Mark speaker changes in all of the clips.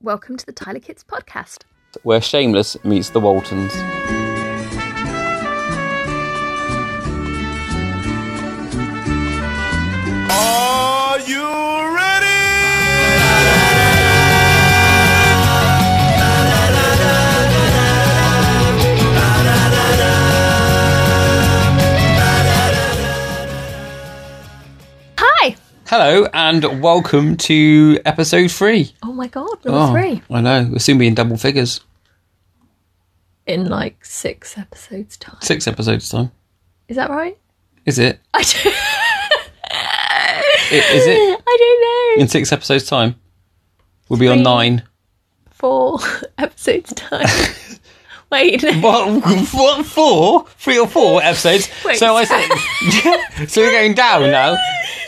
Speaker 1: Welcome to the Tyler Kids podcast.
Speaker 2: where Shameless meets the Waltons.
Speaker 3: Are you ready?
Speaker 1: Hi.
Speaker 2: Hello and welcome to episode three. Oh,
Speaker 1: Oh my god, number three
Speaker 2: I know. We'll soon be in double figures.
Speaker 1: in like six episodes time.
Speaker 2: Six episodes time.
Speaker 1: Is that right?
Speaker 2: Is it?
Speaker 1: I don't,
Speaker 2: I- Is it?
Speaker 1: I don't know.
Speaker 2: In six episodes time? We'll be on
Speaker 1: Three.
Speaker 2: nine.
Speaker 1: Four episodes time. Wait, no.
Speaker 2: What? What? Four? Three or four episodes?
Speaker 1: Wait.
Speaker 2: So I said. so we're going down now.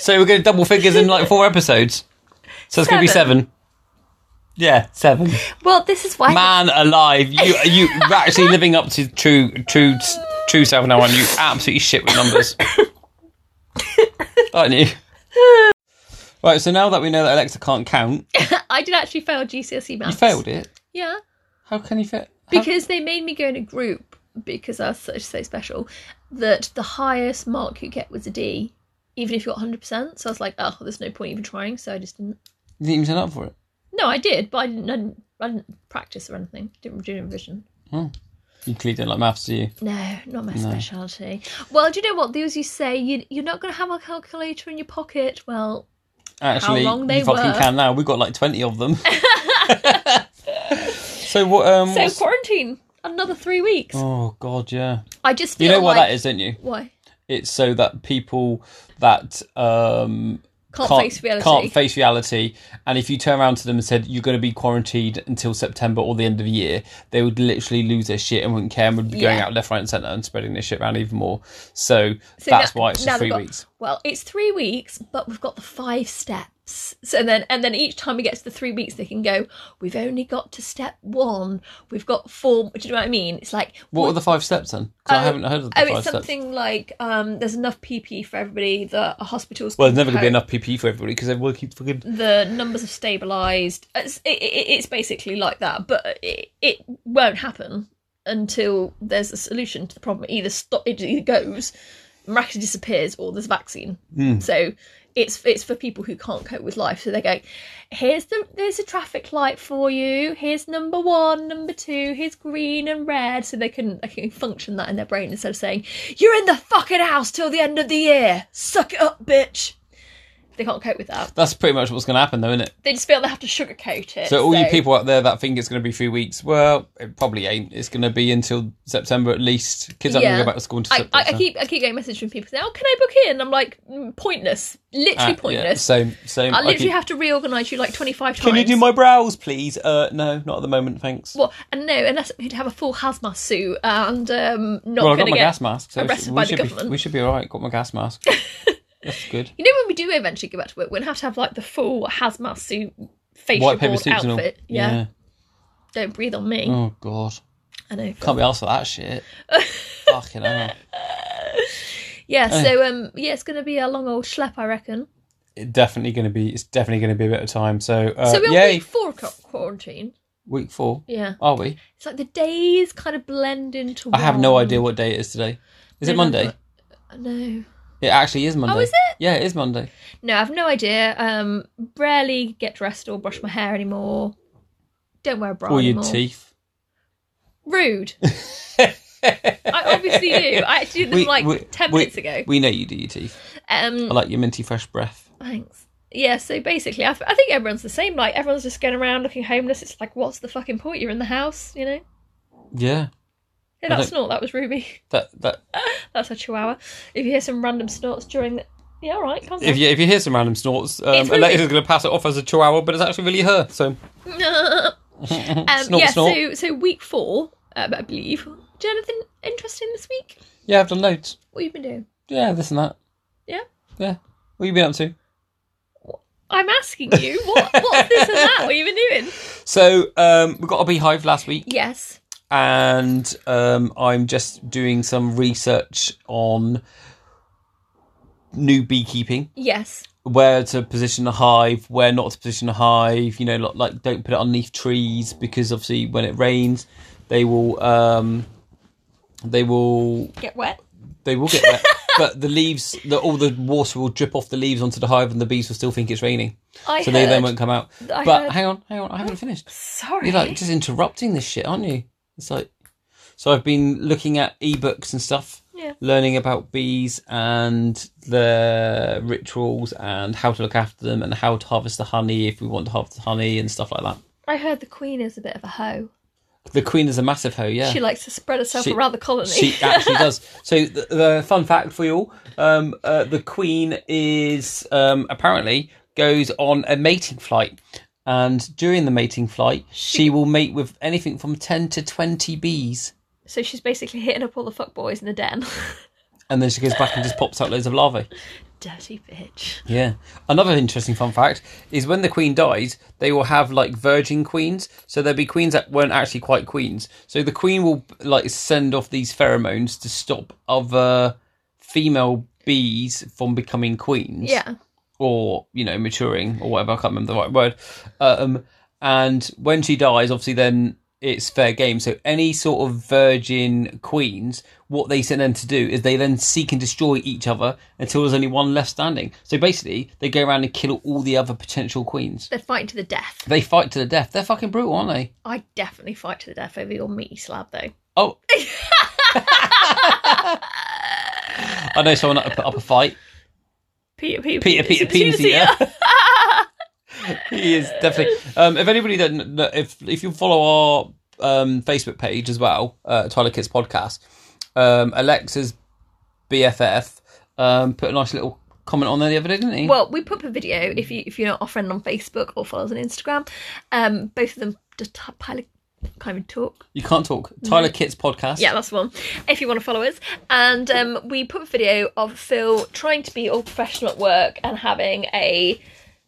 Speaker 2: So we're going to double figures in like four episodes. So it's going to be
Speaker 1: Seven.
Speaker 2: seven. Yeah, seven.
Speaker 1: well, this is why.
Speaker 2: Man alive, you you are actually living up to true true true self now, and you absolutely shit with numbers, aren't you? Right, so now that we know that Alexa can't count, you
Speaker 1: I did actually fail GCSE E maths.
Speaker 2: failed it.
Speaker 1: Yeah,
Speaker 2: How can you fail?
Speaker 1: because they made me go in a group because I was such so special that the highest mark you get was a D, even if you got hundred percent. So I was like, oh, there's no point even trying. So I just didn't.
Speaker 2: You didn't even turn up for it.
Speaker 1: No, I did, but I didn't. I didn't, I didn't practice or anything. Didn't do any revision.
Speaker 2: You clearly don't like maths, do you?
Speaker 1: No, not my specialty. Well, do you know what? Those you say you you're not going to have a calculator in your pocket. Well,
Speaker 2: Actually,
Speaker 1: long they
Speaker 2: you fucking
Speaker 1: were.
Speaker 2: can now. We've got like twenty of them. so what? Um,
Speaker 1: so
Speaker 2: what's-
Speaker 1: quarantine another three weeks.
Speaker 2: oh god, yeah.
Speaker 1: I just
Speaker 2: You
Speaker 1: feel
Speaker 2: know why
Speaker 1: like,
Speaker 2: that is, don't you?
Speaker 1: Why?
Speaker 2: It's so that people that um
Speaker 1: Can't, face reality.
Speaker 2: Can't face reality. And if you turn around to them and said you're going to be quarantined until September or the end of the year, they would literally lose their shit and wouldn't care and would be going
Speaker 1: Yeah.
Speaker 2: out left, right, and centre and spreading their shit around even more. So,
Speaker 1: So
Speaker 2: that's
Speaker 1: now-
Speaker 2: why it's
Speaker 1: now
Speaker 2: just
Speaker 1: they've
Speaker 2: three
Speaker 1: got-
Speaker 2: weeks.
Speaker 1: Well, it's three weeks, but we've got the five steps. So then, and then each time we get to the three weeks, they can go. We've only got to step one. We've got four. Do you know what I mean? It's like
Speaker 2: What are
Speaker 1: what-
Speaker 2: the five steps then? 'Cause I
Speaker 1: Oh,
Speaker 2: haven't heard of the
Speaker 1: Oh,
Speaker 2: five
Speaker 1: it's
Speaker 2: steps.
Speaker 1: something like um, there's enough PPE for everybody. The hospitals.
Speaker 2: Well,
Speaker 1: can
Speaker 2: there's never going to be
Speaker 1: cope.
Speaker 2: enough PPE for everybody because everyone keeps fucking.
Speaker 1: the numbers have stabilized it's, it, it, it's basically like that but it, it won't happen until there's a solution to the problem either stop it either goes miraculously disappears or there's a vaccine so it's it's for people who can't cope with life so they go here's the there's a traffic light for you here's number one number two here's green and red so they can they can function that in their brain instead of saying you're in the fucking house till the end of the year suck it up bitch they can't cope with that
Speaker 2: That's pretty much what's going to happen, though, isn't it?
Speaker 1: they just feel they have to sugarcoat it.
Speaker 2: So, all you people out there that think it's going to be three weeks, well, it probably ain't. It's going to be until September at least. Kids aren't going
Speaker 1: Yeah.
Speaker 2: to go back to school until
Speaker 1: I,
Speaker 2: September.
Speaker 1: I, I
Speaker 2: so-
Speaker 1: keep I keep getting messages from people saying, "Oh, can I book in?" I'm like, mm, pointless,
Speaker 2: Ah,
Speaker 1: literally
Speaker 2: yeah,
Speaker 1: pointless.
Speaker 2: same, same.
Speaker 1: I literally
Speaker 2: keep-
Speaker 1: have to reorganise you like 25 times.
Speaker 2: Can you do my brows, please? Uh, no, not at the moment, thanks.
Speaker 1: Well, and no, unless we'd have a full hazmat suit and um, not
Speaker 2: well, I
Speaker 1: going
Speaker 2: got
Speaker 1: to
Speaker 2: my
Speaker 1: get
Speaker 2: gas mask, so we
Speaker 1: arrested
Speaker 2: should,
Speaker 1: by
Speaker 2: we,
Speaker 1: the
Speaker 2: should be,
Speaker 1: government.
Speaker 2: we should be all right. Got my gas mask. That's good.
Speaker 1: You know, when we do eventually go back to work, we're gonna have to have like the full hazmat suit, facial
Speaker 2: White paper
Speaker 1: board
Speaker 2: suits and all.
Speaker 1: outfit. Yeah. don't breathe on me.
Speaker 2: Oh god,
Speaker 1: I know.
Speaker 2: can't be asked for that shit. Fucking hell.
Speaker 1: Yeah. So um, yeah, it's gonna be a long old schlep, I reckon.
Speaker 2: It definitely going to be. It's definitely going to be a bit of time. So, uh,
Speaker 1: So we're on
Speaker 2: yay,
Speaker 1: week four qu- quarantine.
Speaker 2: week four.
Speaker 1: Yeah.
Speaker 2: Are we?
Speaker 1: It's like the days kind of blend into.
Speaker 2: I have no idea what day it is today. Is it
Speaker 1: No, no,
Speaker 2: Monday?
Speaker 1: No,
Speaker 2: It actually is Monday.
Speaker 1: Oh, is it?
Speaker 2: Yeah, it is Monday.
Speaker 1: no, I've no idea. Um, rarely get dressed or brush my hair anymore. Don't wear a bra
Speaker 2: All your
Speaker 1: anymore.
Speaker 2: teeth.
Speaker 1: Rude. I obviously do. I actually did them like ten
Speaker 2: we-
Speaker 1: minutes ago.
Speaker 2: We know you do your teeth.
Speaker 1: Um,
Speaker 2: I like your minty fresh breath.
Speaker 1: thanks. Yeah, so basically, I, th- I think everyone's the same. Like everyone's just going around looking homeless. It's like, what's the fucking point? You're in the house, you know.
Speaker 2: Yeah.
Speaker 1: Hey,
Speaker 2: I
Speaker 1: that
Speaker 2: don't-
Speaker 1: snort, that was Ruby.
Speaker 2: That that
Speaker 1: That's a chihuahua. If you hear some random snorts during the, yeah, all right, calm down.
Speaker 2: if you if you hear some random snorts, um,
Speaker 1: It's really-
Speaker 2: Alexa's going to pass it off as a chihuahua, but it's actually really her. So
Speaker 1: um,
Speaker 2: Snort,
Speaker 1: yeah,
Speaker 2: snort.
Speaker 1: so so week four, uh, I believe. Do you have anything interesting this week?
Speaker 2: yeah, I've done loads.
Speaker 1: What have you been doing?
Speaker 2: Yeah, this and that.
Speaker 1: Yeah,
Speaker 2: Yeah, what you been up to?
Speaker 1: I'm asking you. What what's this and that? What have you been doing?
Speaker 2: So um, we got a beehive last week,
Speaker 1: Yes.
Speaker 2: and um, I'm just doing some research on new beekeeping.
Speaker 1: Yes.
Speaker 2: where to position the hive, where not to position the hive. You know, like, like don't put it underneath trees because obviously when it rains, they will um, they will
Speaker 1: Get wet.
Speaker 2: they will get wet. but the leaves, the, all the water will drip off the leaves onto the hive, and the bees will still think it's raining.
Speaker 1: I
Speaker 2: so they then
Speaker 1: heard-
Speaker 2: won't come out.
Speaker 1: I
Speaker 2: but
Speaker 1: heard-
Speaker 2: hang on, hang on, I haven't finished.
Speaker 1: Sorry.
Speaker 2: You're like just interrupting this shit, aren't you? It's like so I've been looking at ebooks and stuff,
Speaker 1: Yeah.
Speaker 2: learning about bees and their rituals and how to look after them and how to harvest the honey if we want to harvest the honey and stuff like that.
Speaker 1: I heard the queen is a bit of a hoe.
Speaker 2: The queen is a massive hoe, yeah.
Speaker 1: She likes to spread herself
Speaker 2: She-
Speaker 1: around the colony.
Speaker 2: She actually does. So, the, the fun fact for you all: um, uh, the Queen is um, apparently goes on a mating flight, and during the mating flight, she will mate with anything from ten to twenty bees,
Speaker 1: so she's basically hitting up all the fuckboys in the den.
Speaker 2: and then she goes back and just pops out loads of larvae.
Speaker 1: Dirty bitch.
Speaker 2: Yeah. Another interesting fun fact is when the queen dies, they will have like virgin queens. So there'll be queens that weren't actually quite queens. So the queen will like send off these pheromones to stop other female bees from becoming queens
Speaker 1: Yeah.
Speaker 2: or you know maturing or whatever. I can't remember the right word. Um, and when she dies, obviously, then it's fair game. So any sort of virgin queens, what they send them to do is they then seek and destroy each other until there's only one left standing. So basically, they go around and kill all the other potential queens.
Speaker 1: They'd fight to the death.
Speaker 2: They fight to the death. They're fucking brutal, aren't they?
Speaker 1: I'd definitely fight to the death over your meaty slab, though.
Speaker 2: Oh. I know someone that would put up a fight.
Speaker 1: Peter, Peter,
Speaker 2: Peter, Peter, Peter, he is definitely. Um, if anybody that kn- kn- if if you follow our um, Facebook page as well, uh, Twilight Kids Podcast, um, Alexa's BFF um, put a nice little comment on there the other day, didn't he?
Speaker 1: Well, we put up a video if you if you're not our friend on Facebook or follow us on Instagram. Um, both of them just t- pile of can't even talk.
Speaker 2: you can't talk. Tyler Kids Podcast.
Speaker 1: Mm-hmm. Yeah, that's the one. If you want to follow us, and um, we put a video of Phil trying to be all professional at work and having a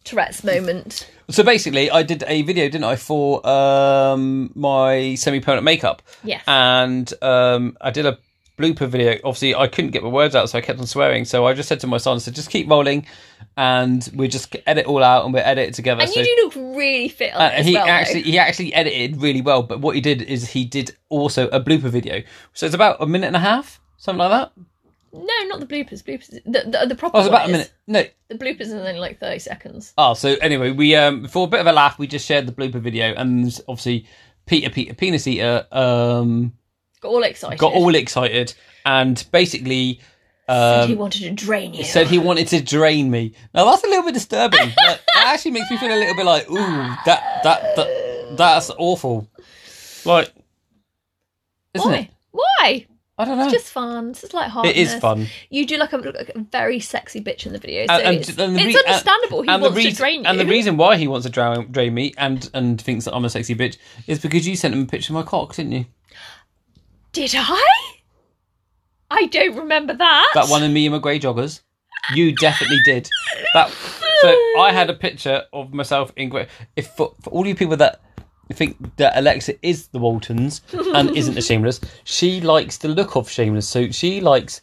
Speaker 1: Tourette's moment.
Speaker 2: So basically, I did a video, didn't I, for um, my semi-permanent makeup?
Speaker 1: Yes.
Speaker 2: And um, I did a blooper video. Obviously, I couldn't get my words out, so I kept on swearing. So I just said to my son, "So just keep rolling, and we just edit it all out, and we will edit it together."
Speaker 1: And
Speaker 2: so
Speaker 1: you do look really fit on
Speaker 2: Uh,
Speaker 1: it as
Speaker 2: he
Speaker 1: well. though.
Speaker 2: actually he actually edited really well, but what he did is he did also a blooper video. So it's about a minute and a half, something like that.
Speaker 1: no, not the bloopers. Bloopers. The the, the proper
Speaker 2: Oh, it's about
Speaker 1: one
Speaker 2: a
Speaker 1: is-
Speaker 2: minute.
Speaker 1: The
Speaker 2: No.
Speaker 1: bloopers are only like thirty seconds.
Speaker 2: Oh, so anyway, we um for a bit of a laugh, we just shared the blooper video, and obviously Peter Peter Penis Eater um
Speaker 1: Got all excited.
Speaker 2: got all excited and basically
Speaker 1: Said he wanted to drain you.
Speaker 2: said um, he wanted to drain me. Now that's a little bit disturbing. Like, that actually makes me feel a little bit like, ooh, that that, that that's awful. Like, isn't
Speaker 1: Why?
Speaker 2: it?
Speaker 1: Why?
Speaker 2: I don't know.
Speaker 1: Just fun. It's just like hard.
Speaker 2: It is fun.
Speaker 1: You do like a, like a very sexy bitch in the video, so
Speaker 2: And- and-
Speaker 1: it's,
Speaker 2: and the
Speaker 1: it's
Speaker 2: re- and-
Speaker 1: understandable he wants
Speaker 2: reas-
Speaker 1: to drain you.
Speaker 2: And the reason why he wants to drown, drain me and, and thinks that I'm a sexy bitch is because you sent him a picture of my cock, didn't you?
Speaker 1: Did I? I don't remember that.
Speaker 2: That one of me and my grey joggers. You definitely did. That. So I had a picture of myself in grey. If for, for all you people that think that Alexa is the Waltons and isn't a Shameless, she likes the look of Shameless. So she likes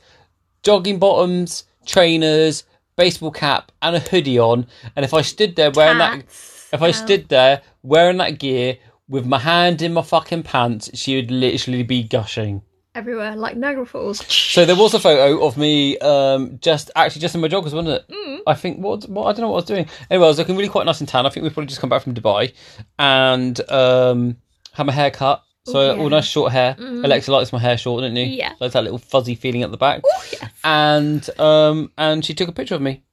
Speaker 2: jogging bottoms, trainers, baseball cap, and a hoodie on. And if I stood there wearing that,
Speaker 1: Tats.
Speaker 2: if I stood there wearing that gear with my hand in my fucking pants, she would literally be gushing.
Speaker 1: everywhere, like Niagara Falls.
Speaker 2: So there was a photo of me um, just actually just in my joggers, wasn't it?
Speaker 1: Mm.
Speaker 2: I think what what I don't know what I was doing. Anyway, I was looking really quite nice in tan. I think we've probably just come back from Dubai and um, had my hair cut. So
Speaker 1: Oh, yeah. Mm-hmm.
Speaker 2: all nice short hair. Alexa likes my hair short, didn't you?
Speaker 1: Yeah.
Speaker 2: Like that little fuzzy feeling at the back. And um, and she took a picture of me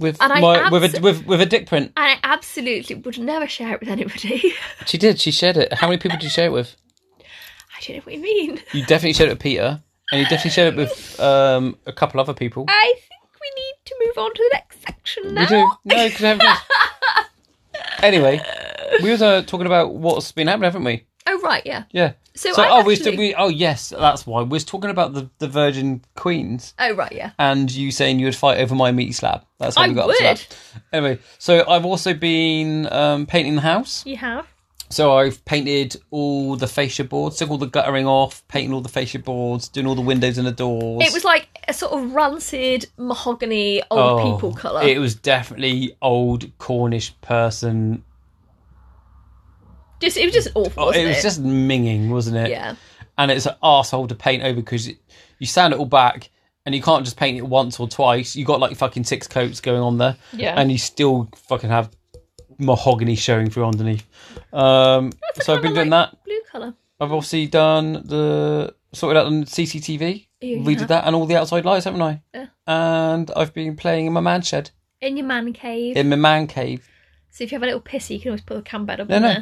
Speaker 2: with
Speaker 1: And I
Speaker 2: my with a
Speaker 1: abso-
Speaker 2: with, with a dick print.
Speaker 1: And I absolutely would never share it with anybody.
Speaker 2: She did. She shared it. How many people did you share it with?
Speaker 1: I don't know what you mean.
Speaker 2: You definitely shared it with Peter, and you definitely shared it with um, a couple other people.
Speaker 1: I think we need to move on to the next section now.
Speaker 2: We do. No, because I haven't. anyway, we was uh, talking about what's been happening, haven't we?
Speaker 1: Oh right, yeah.
Speaker 2: Yeah.
Speaker 1: So
Speaker 2: oh,
Speaker 1: I've
Speaker 2: we, was-
Speaker 1: actually-
Speaker 2: we, oh yes, that's why we was talking about the, the Virgin Queens
Speaker 1: Oh right, yeah.
Speaker 2: and you saying you would fight over my meaty slab. That's how
Speaker 1: I
Speaker 2: we got up
Speaker 1: would.
Speaker 2: to that. Anyway, so I've also been um, painting the house.
Speaker 1: You have.
Speaker 2: So I've painted all the fascia boards, took all the guttering off, painting all the fascia boards, doing all the windows and the doors.
Speaker 1: It was like a sort of rancid mahogany old
Speaker 2: Oh,
Speaker 1: people colour.
Speaker 2: It was definitely old Cornish person.
Speaker 1: Just it was just awful.
Speaker 2: Oh,
Speaker 1: Wasn't
Speaker 2: it was just minging, wasn't it?
Speaker 1: yeah.
Speaker 2: And it's an arsehole to paint over because you sand it all back and you can't just paint it once or twice. You got like fucking six coats going on there.
Speaker 1: Yeah.
Speaker 2: And you still fucking have mahogany showing through underneath. Um, so I've been doing that.
Speaker 1: Blue colour.
Speaker 2: I've obviously done the sorted out on CCTV.
Speaker 1: Yeah.
Speaker 2: Redid that and all the outside lights, haven't I?
Speaker 1: Yeah.
Speaker 2: And I've been playing in my man shed,
Speaker 1: In your man cave.
Speaker 2: in my man cave,
Speaker 1: so if you have a little pissy, you can always put a cam bed up
Speaker 2: No,
Speaker 1: in
Speaker 2: no.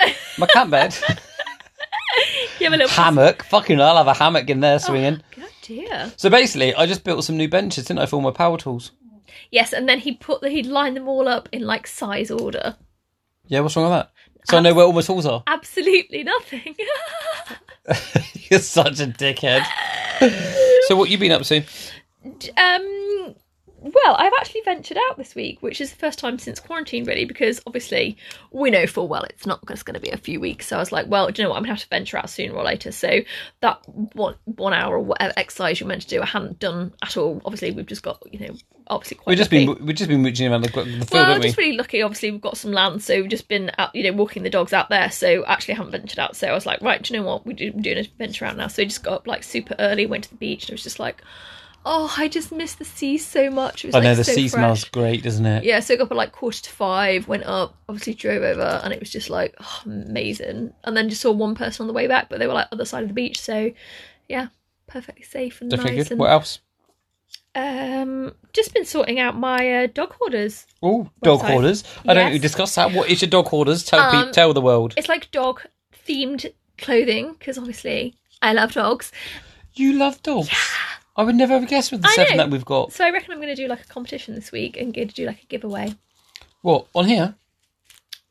Speaker 1: there.
Speaker 2: my camp bed,
Speaker 1: You have a little
Speaker 2: hammock. Fucking, I'll have a hammock in there swinging.
Speaker 1: pissy- Oh, God dear.
Speaker 2: So basically, I just built some new benches, didn't I, for all my power tools?
Speaker 1: Yes, and then he put the, he'd line them all up in like size order.
Speaker 2: Yeah, what's wrong with that? So I
Speaker 1: Um,
Speaker 2: know where all my tools are.
Speaker 1: Absolutely nothing.
Speaker 2: You're such a dickhead. so what you been up to?
Speaker 1: um well, I've actually ventured out this week, which is the first time since quarantine, really, because obviously we know full well it's not just going to be a few weeks. So I was like, well, do you know what? I'm going to have to venture out sooner or later. So that one, one hour or whatever exercise you're meant to do, I hadn't done at all. Obviously, we've just got, you know, obviously quite
Speaker 2: We've just
Speaker 1: lucky.
Speaker 2: been we've just been mooching around the, the field,
Speaker 1: Well,
Speaker 2: haven't we?
Speaker 1: just really lucky. Obviously, we've got some land, so we've just been out, you know, walking the dogs out there. So actually, I haven't ventured out. So I was like, right, do you know what? We're do- doing a venture out now. So we just got up like super early, went to the beach, and it was just like, oh, I just miss the sea so much. It was,
Speaker 2: I know
Speaker 1: like,
Speaker 2: the
Speaker 1: so
Speaker 2: sea
Speaker 1: fresh.
Speaker 2: smells great, doesn't it?
Speaker 1: Yeah, so I got up at like quarter to five, went up, obviously drove over, and it was just like oh, amazing. And then just saw one person on the way back, but they were like other side of the beach. So yeah, perfectly safe and
Speaker 2: Definitely
Speaker 1: nice.
Speaker 2: good. What else?
Speaker 1: And um, just been sorting out my uh, dog hoarders.
Speaker 2: Oh, dog
Speaker 1: Website.
Speaker 2: hoarders. I don't think we
Speaker 1: Yes.
Speaker 2: discussed that. What is your dog hoarders? Tell
Speaker 1: Um,
Speaker 2: peop tell the world.
Speaker 1: it's like dog themed clothing because obviously I love dogs.
Speaker 2: You love dogs. I would never have guessed with the
Speaker 1: I
Speaker 2: seven
Speaker 1: know.
Speaker 2: that we've got.
Speaker 1: So I reckon I'm going to do like a competition this week and going to do like a giveaway.
Speaker 2: What on here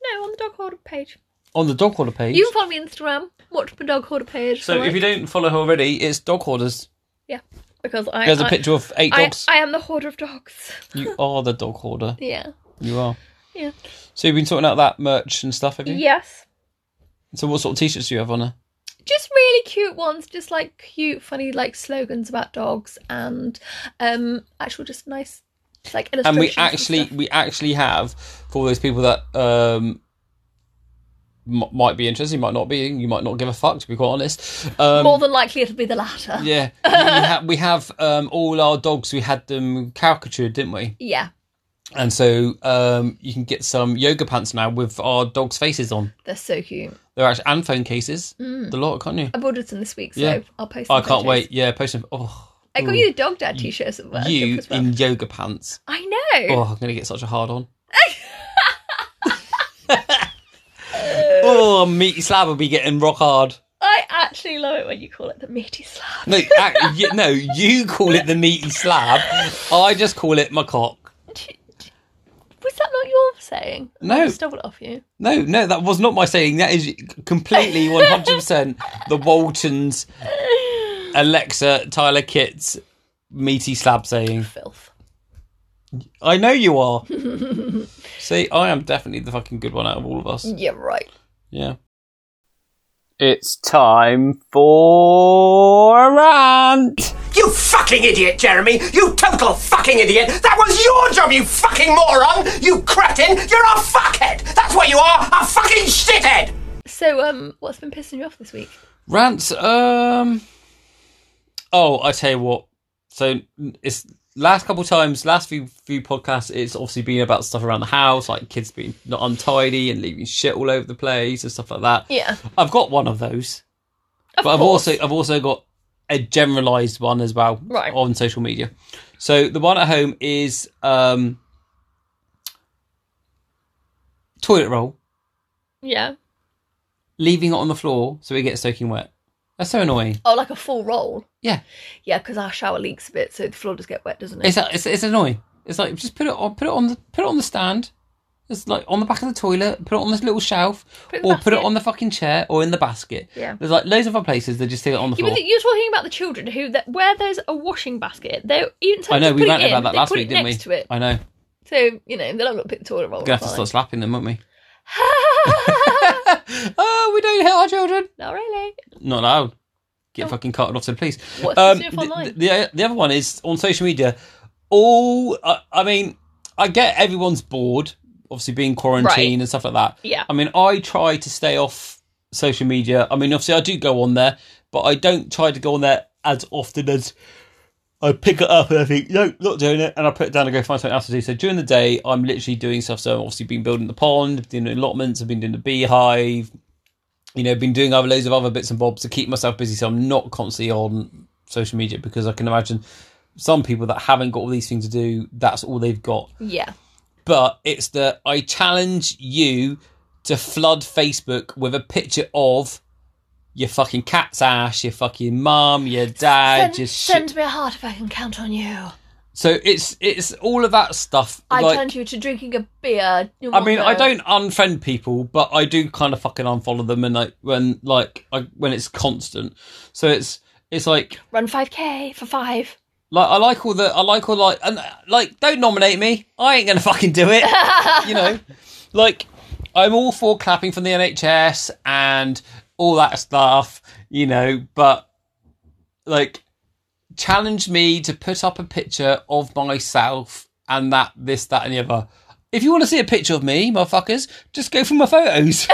Speaker 1: No, on the dog hoarder page.
Speaker 2: on the dog hoarder page?
Speaker 1: You can follow me on Instagram. Watch my dog hoarder page.
Speaker 2: so if you don't follow her already, it's dog hoarders.
Speaker 1: yeah, because I
Speaker 2: There's
Speaker 1: a
Speaker 2: a picture of eight
Speaker 1: I,
Speaker 2: dogs.
Speaker 1: I am the hoarder of dogs.
Speaker 2: you are the dog hoarder.
Speaker 1: Yeah.
Speaker 2: You are.
Speaker 1: Yeah.
Speaker 2: So you've been sorting out that merch and stuff, have you?
Speaker 1: Yes.
Speaker 2: So what sort of t-shirts do you have on her?
Speaker 1: Just really cute ones, just like cute, funny, like slogans about dogs and um actual, just nice, like illustrations.
Speaker 2: And we actually
Speaker 1: stuff.
Speaker 2: we actually have for those people that um m- might be interested, you might not be, you might not give a fuck to be quite honest. Um,
Speaker 1: more than likely it'll be the latter.
Speaker 2: Yeah, we have, we have um, all our dogs. We had them caricatured, didn't we?
Speaker 1: yeah.
Speaker 2: And so um, you can get some yoga pants now with our dogs' faces on.
Speaker 1: They're so cute.
Speaker 2: They're actually and phone cases. The lot, can't you?
Speaker 1: I've ordered some this week, so
Speaker 2: Yeah.
Speaker 1: I'll post.
Speaker 2: I
Speaker 1: some
Speaker 2: can't
Speaker 1: Mm. Oh, photos.
Speaker 2: wait. Yeah, post them. Oh,
Speaker 1: I got you the dog dad t-shirts at work.
Speaker 2: you
Speaker 1: as well.
Speaker 2: in yoga pants.
Speaker 1: I know.
Speaker 2: Oh, I'm gonna get such a hard on. oh, meaty slab will be getting rock hard.
Speaker 1: I actually love it when you call it the meaty slab.
Speaker 2: No, act, you, no, you call it the meaty slab. I just call it my cock.
Speaker 1: Was that not your saying?
Speaker 2: No.
Speaker 1: I stole it off you.
Speaker 2: No, no, that was not my saying. That is completely 100% the Waltons, Alexa, Tyler Kitts, meaty slab saying.
Speaker 1: Filth.
Speaker 2: I know you are. See, I am definitely the fucking good one out of all of us.
Speaker 1: Yeah, right.
Speaker 2: Yeah. It's time for a rant.
Speaker 4: You fucking idiot, Jeremy! You total fucking idiot! That was your job, you fucking moron! You cretin! You're a fuckhead! That's what you are! A fucking shithead!
Speaker 1: So, um, what's been pissing you off this week?
Speaker 2: Rants. Um. Oh, I tell you what. So it's last couple times, last few few podcasts. It's obviously been about stuff around the house, like kids being not untidy and leaving shit all over the place and stuff like that.
Speaker 1: Yeah.
Speaker 2: I've got one of those, but I've also I've also got a generalized one as well
Speaker 1: Right.
Speaker 2: on social media. So the one at home is um toilet roll
Speaker 1: Yeah.
Speaker 2: leaving it on the floor so it gets soaking wet. That's so annoying.
Speaker 1: Oh, like a full roll.
Speaker 2: Yeah.
Speaker 1: Yeah, because our shower leaks a bit, so the floor does get wet, doesn't it?
Speaker 2: It's, it's it's annoying. It's like just put it on put it on the put it on the stand. It's like on the back of the toilet. Put it on this little shelf,
Speaker 1: Put it in the
Speaker 2: or put it
Speaker 1: basket.
Speaker 2: on the fucking chair, or in the basket.
Speaker 1: Yeah.
Speaker 2: There's like loads of other places they just leave it on the
Speaker 1: You were
Speaker 2: floor.
Speaker 1: you're talking about the children who that where there's a washing basket, they even
Speaker 2: I know
Speaker 1: put
Speaker 2: we
Speaker 1: it
Speaker 2: ranted
Speaker 1: in,
Speaker 2: about that
Speaker 1: they
Speaker 2: last
Speaker 1: put
Speaker 2: week,
Speaker 1: it
Speaker 2: didn't we?
Speaker 1: next To it.
Speaker 2: I know.
Speaker 1: So you know they're not going to pick the toilet roll.
Speaker 2: Gonna have to
Speaker 1: fine.
Speaker 2: start slapping them, won't we? oh, we don't hit our children. Oh.
Speaker 1: not really.
Speaker 2: Not allowed. get fucking carted off to the police. Um,
Speaker 1: What's the CFL
Speaker 2: the,
Speaker 1: line?
Speaker 2: the, the other one is on social media. All I, I mean, I get everyone's bored, obviously being quarantined
Speaker 1: Right.
Speaker 2: and stuff like that.
Speaker 1: Yeah.
Speaker 2: I mean, I try to stay off social media. I mean, obviously, I do go on there, but I don't try to go on there as often as I pick it up and I think, no, not doing it, and I put it down and go find something else to do. So during the day, I'm literally doing stuff. So I've obviously been building the pond, been doing allotments, I've been doing the beehive, you know, been doing other loads of other bits and bobs to keep myself busy. So I'm not constantly on social media because I can imagine some people that haven't got all these things to do, that's all they've got
Speaker 1: Yeah.
Speaker 2: but it's the I challenge you to flood Facebook with a picture of your fucking cat's ass, your fucking mum, your dad,
Speaker 1: Send,
Speaker 2: your shit.
Speaker 1: send me a heart if I can count on you.
Speaker 2: So it's it's all of that stuff.
Speaker 1: I
Speaker 2: like,
Speaker 1: turned you to drinking a beer. You
Speaker 2: I
Speaker 1: want
Speaker 2: mean, I
Speaker 1: the-
Speaker 2: don't unfriend people, but I do kind of fucking unfollow them, and like when like I, when it's constant. So it's it's like
Speaker 1: run 5k for five.
Speaker 2: Like I like all the I like all like and uh, like don't nominate me. I ain't gonna fucking do it. you know, like I'm all for clapping from the NHS and all that stuff. You know, but like challenge me to put up a picture of myself and that this that and the other. If you want to see a picture of me, motherfuckers, just go for my photos.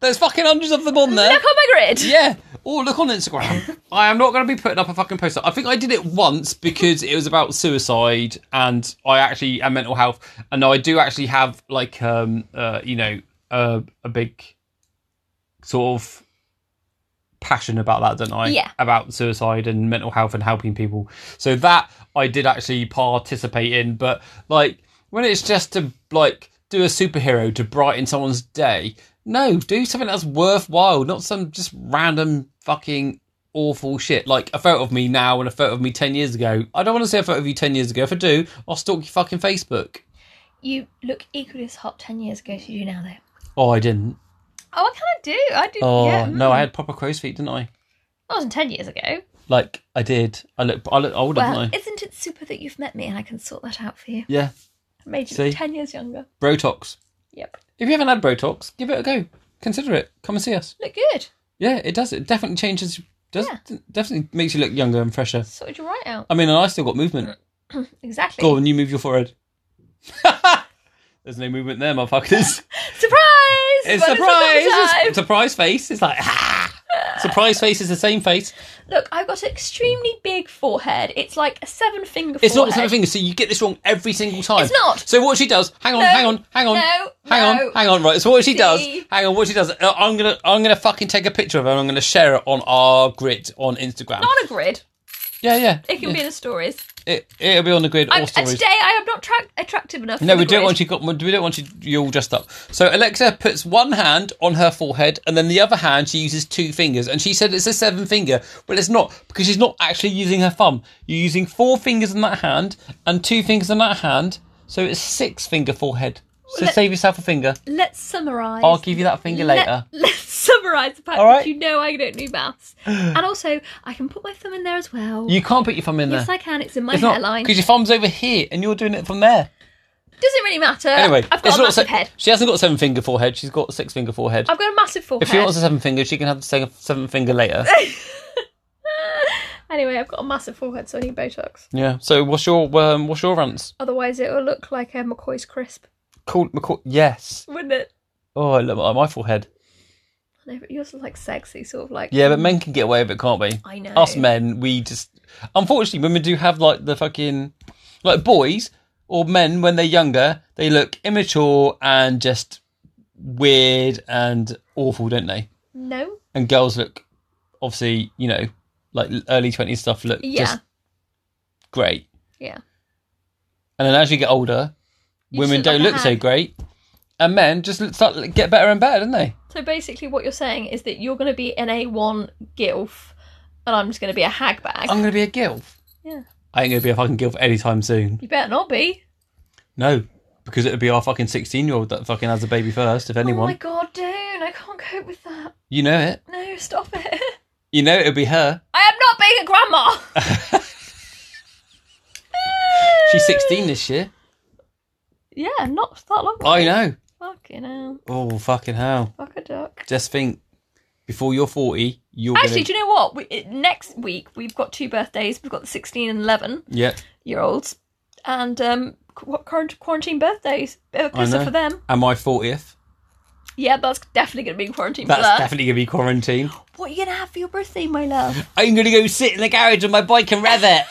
Speaker 2: There's fucking hundreds of them on there.
Speaker 1: Look on my grid.
Speaker 2: Yeah. Or look on Instagram. I am not going to be putting up a fucking poster. I think I did it once because it was about suicide and I actually and mental health. And I do actually have like um uh you know uh, a big sort of passion about that, don't I?
Speaker 1: Yeah.
Speaker 2: About suicide and mental health and helping people. So that I did actually participate in, but like when it's just to like do a superhero to brighten someone's day, no, do something that's worthwhile, not some just random fucking awful shit. Like a photo of me now and a photo of me ten years ago. I don't want to see a photo of you ten years ago. If I do, I'll stalk your fucking Facebook.
Speaker 1: You look equally as hot 10 years ago as you do now, though.
Speaker 2: Oh I didn't.
Speaker 1: Oh, I kind of do. I do.
Speaker 2: Oh
Speaker 1: yeah. mm.
Speaker 2: no, I had proper crow's feet, didn't I?
Speaker 1: That wasn't 10 years ago.
Speaker 2: Like I did. I look I look older,
Speaker 1: Well,
Speaker 2: didn't I?
Speaker 1: isn't it super that you've met me and I can sort that out for you?
Speaker 2: Yeah.
Speaker 1: I made you
Speaker 2: See?
Speaker 1: look 10 years younger.
Speaker 2: Brotox.
Speaker 1: Yep.
Speaker 2: If you haven't had Brotox, give it a go. Consider it. Come and see us.
Speaker 1: Look good.
Speaker 2: Yeah, it does. It definitely changes. Does
Speaker 1: Yeah.
Speaker 2: definitely makes you look younger and fresher.
Speaker 1: Sorted you right out.
Speaker 2: I mean, and I still got movement.
Speaker 1: Exactly.
Speaker 2: Uh, Go on, you move your forehead. There's no movement there, motherfuckers.
Speaker 1: Surprise!
Speaker 2: It's
Speaker 1: But
Speaker 2: surprise.
Speaker 1: another time.
Speaker 2: It's surprise face. It's like ah. Surprise face is the same face.
Speaker 1: Look, I've got an extremely big forehead. It's like a seven finger
Speaker 2: It's not
Speaker 1: forehead.
Speaker 2: the same thing. So you get this wrong every single time.
Speaker 1: It's not.
Speaker 2: So what she does? Hang on,
Speaker 1: No,
Speaker 2: hang on, hang on,
Speaker 1: no,
Speaker 2: hang
Speaker 1: no.
Speaker 2: on, hang on. Right. So what she does?
Speaker 1: See?
Speaker 2: Hang on, what she does? uh, I'm gonna, I'm gonna fucking take a picture of her and I'm gonna share it on our grid on Instagram.
Speaker 1: Not on a grid.
Speaker 2: yeah, yeah.
Speaker 1: It can be in the stories.
Speaker 2: It, it'll be on the grid
Speaker 1: I'm,
Speaker 2: or
Speaker 1: uh,
Speaker 2: stories.
Speaker 1: today I am not tra- attractive enough.
Speaker 2: No,
Speaker 1: for
Speaker 2: we
Speaker 1: the
Speaker 2: don't
Speaker 1: grid.
Speaker 2: want you got. We don't want you. You're all dressed up. So Alexa puts one hand on her forehead, and then the other hand she uses two fingers. And she said it's a seven finger, but it's not because she's not actually using her thumb. You're using four fingers on that hand and two fingers on that hand, so it's six finger forehead. So
Speaker 1: Let-
Speaker 2: save yourself a finger.
Speaker 1: Let's summarise.
Speaker 2: I'll give you that finger
Speaker 1: Let-
Speaker 2: later.
Speaker 1: Let's summarise the fact
Speaker 2: All right.
Speaker 1: that you know I don't do maths, and also I can put my thumb in there as well.
Speaker 2: You can't put your thumb in
Speaker 1: yes,
Speaker 2: there.
Speaker 1: I can. It's in my
Speaker 2: It's
Speaker 1: hairline.
Speaker 2: because your thumb's over here, and you're doing it from there.
Speaker 1: Doesn't really matter.
Speaker 2: Anyway,
Speaker 1: I've
Speaker 2: it's
Speaker 1: got a
Speaker 2: not
Speaker 1: massive
Speaker 2: se-
Speaker 1: head.
Speaker 2: She hasn't got a seven finger forehead. She's got a six finger forehead.
Speaker 1: I've got a massive forehead.
Speaker 2: if she wants a seven finger, she can have the se- seven finger later.
Speaker 1: Anyway, I've got a massive forehead, so I need Botox.
Speaker 2: Yeah. So what's your um, what's your rants?
Speaker 1: Otherwise, it will look like um, a McCoy's crisp,
Speaker 2: Cool. McCoy. Yes.
Speaker 1: wouldn't it?
Speaker 2: Oh, I look at my forehead.
Speaker 1: No, but yours is like sexy, sort of like.
Speaker 2: Yeah, but men can get away with it, can't we?
Speaker 1: I know.
Speaker 2: Us men, we just unfortunately women do have like the fucking like boys or men when they're younger, they look immature and just weird and awful, don't they?
Speaker 1: No.
Speaker 2: And girls look obviously, you know, like early twenties stuff look
Speaker 1: Yeah.
Speaker 2: just great.
Speaker 1: Yeah.
Speaker 2: And then as you get older,
Speaker 1: You
Speaker 2: women
Speaker 1: just look
Speaker 2: don't
Speaker 1: like a
Speaker 2: look so
Speaker 1: hag.
Speaker 2: great, and men just look- start get better and better, don't they?
Speaker 1: So basically, what you're saying is that you're going to be an A1 gilf, and I'm just going to be a hag bag.
Speaker 2: I'm gonna be a gilf.
Speaker 1: Yeah.
Speaker 2: I ain't gonna be a fucking gilf anytime soon.
Speaker 1: You better not be.
Speaker 2: No, because it'd be our fucking sixteen-year-old that fucking has a baby first, if
Speaker 1: Oh my
Speaker 2: anyone.
Speaker 1: god, don't! I can't cope with that.
Speaker 2: you know it.
Speaker 1: No, stop it.
Speaker 2: You know it'll be her.
Speaker 1: I am not being a grandma.
Speaker 2: She's sixteen this year.
Speaker 1: yeah, not that long.
Speaker 2: I know.
Speaker 1: Fucking hell.
Speaker 2: Oh fucking hell!
Speaker 1: Fuck a duck.
Speaker 2: Just think, before you're forty, you're
Speaker 1: Actually,
Speaker 2: gonna,
Speaker 1: do you know what? We, it- next week we've got two birthdays. We've got the 16 and 11
Speaker 2: yeah,
Speaker 1: year olds, and um, qu- what current quarantine birthdays? Bit of a
Speaker 2: I
Speaker 1: pisser
Speaker 2: know.
Speaker 1: for them.
Speaker 2: And my fortieth.
Speaker 1: Yeah, that's definitely going to be quarantine
Speaker 2: That's
Speaker 1: for that.
Speaker 2: definitely gonna be quarantine.
Speaker 1: what are you going to have for your birthday, my love?
Speaker 2: I'm gonna go sit in the garage on my bike and rev it.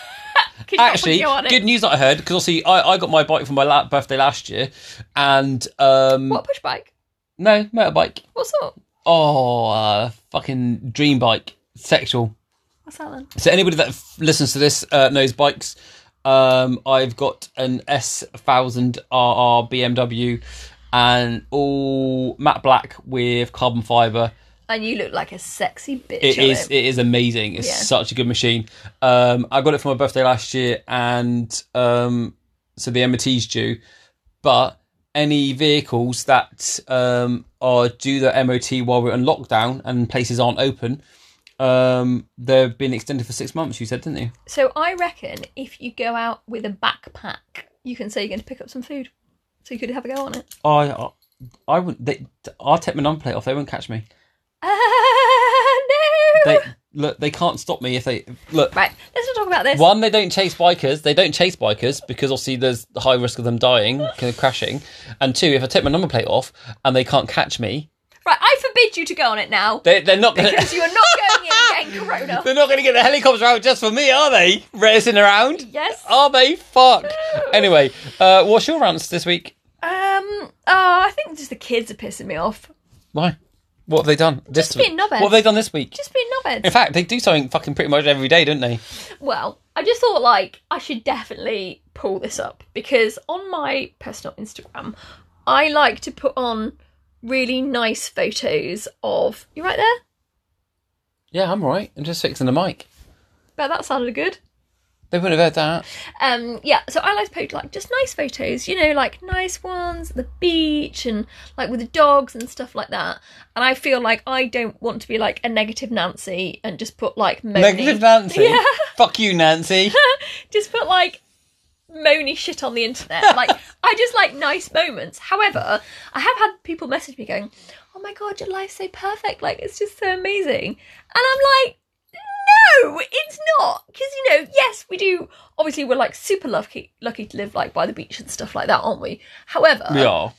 Speaker 1: Can you not
Speaker 2: Actually,
Speaker 1: put you on it?
Speaker 2: good news that I heard because obviously I, I got my bike for my la- birthday last year, and um
Speaker 1: What push bike?
Speaker 2: no motorbike.
Speaker 1: What's up?
Speaker 2: Oh, uh, fucking dream bike, sexual.
Speaker 1: What's that then?
Speaker 2: So anybody that f- listens to this uh, knows bikes. Um, I've got an S thousand RR BMW, and all matte black with carbon fiber.
Speaker 1: And you look like a sexy bitch.
Speaker 2: It
Speaker 1: on
Speaker 2: is
Speaker 1: It.
Speaker 2: it is amazing. It's
Speaker 1: Yeah.
Speaker 2: such a good machine. Um, I got it for my birthday last year, and um, so the MOT's due. But any vehicles that um, are due the MOT while we're in lockdown and places aren't open, um, they've been extended for six months. You said, didn't you?
Speaker 1: So I reckon if you go out with a backpack, you can say you're going to pick up some food. So you could have a go on it.
Speaker 2: I, I, I wouldn't. They, I'll take my number plate off. They won't catch me.
Speaker 1: Ah, no!
Speaker 2: They look. They can't stop me if they look.
Speaker 1: Right, let's not talk about this.
Speaker 2: One, they don't chase bikers. They don't chase bikers because obviously there's the high risk of them dying, kind of crashing. And two, if I take my number plate off and they can't catch me,
Speaker 1: Right, I forbid you to go on it now
Speaker 2: they, they're not going
Speaker 1: because
Speaker 2: to.
Speaker 1: you are not going in getting corona.
Speaker 2: They're not going to get the helicopter out just for me, are they? Racing around?
Speaker 1: Yes.
Speaker 2: Are they? Fuck. Anyway, uh, what's your rants this week?
Speaker 1: Um, oh, I think just the kids are pissing me off.
Speaker 2: Why? What have they done? This
Speaker 1: Just
Speaker 2: week?
Speaker 1: being knobheads.
Speaker 2: What have they done this week?
Speaker 1: Just being knobheads.
Speaker 2: In fact, they do something fucking pretty much every day, don't they?
Speaker 1: Well, I just thought like I should definitely pull this up because on my personal Instagram, I like to put on really nice photos of you right there.
Speaker 2: Yeah, I'm all right. I'm just fixing the mic.
Speaker 1: Bet that sounded good.
Speaker 2: They wouldn't have heard that.
Speaker 1: Um, yeah, so I like to post like just nice photos, you know, like nice ones, at the beach and like with the dogs and stuff like that. And I feel like I don't want to be like a negative Nancy and just put like moany,
Speaker 2: Negative Nancy.
Speaker 1: Yeah.
Speaker 2: Fuck you, Nancy.
Speaker 1: just put like moany shit on the internet. Like I just like nice moments. However, I have had people message me going, "Oh my god, your life's so perfect! Like it's just so amazing," and I'm like. No, it's not because you know. Yes, we do. Obviously, we're like super lucky, lucky to live like by the beach and stuff like that, aren't we? However,
Speaker 2: we are.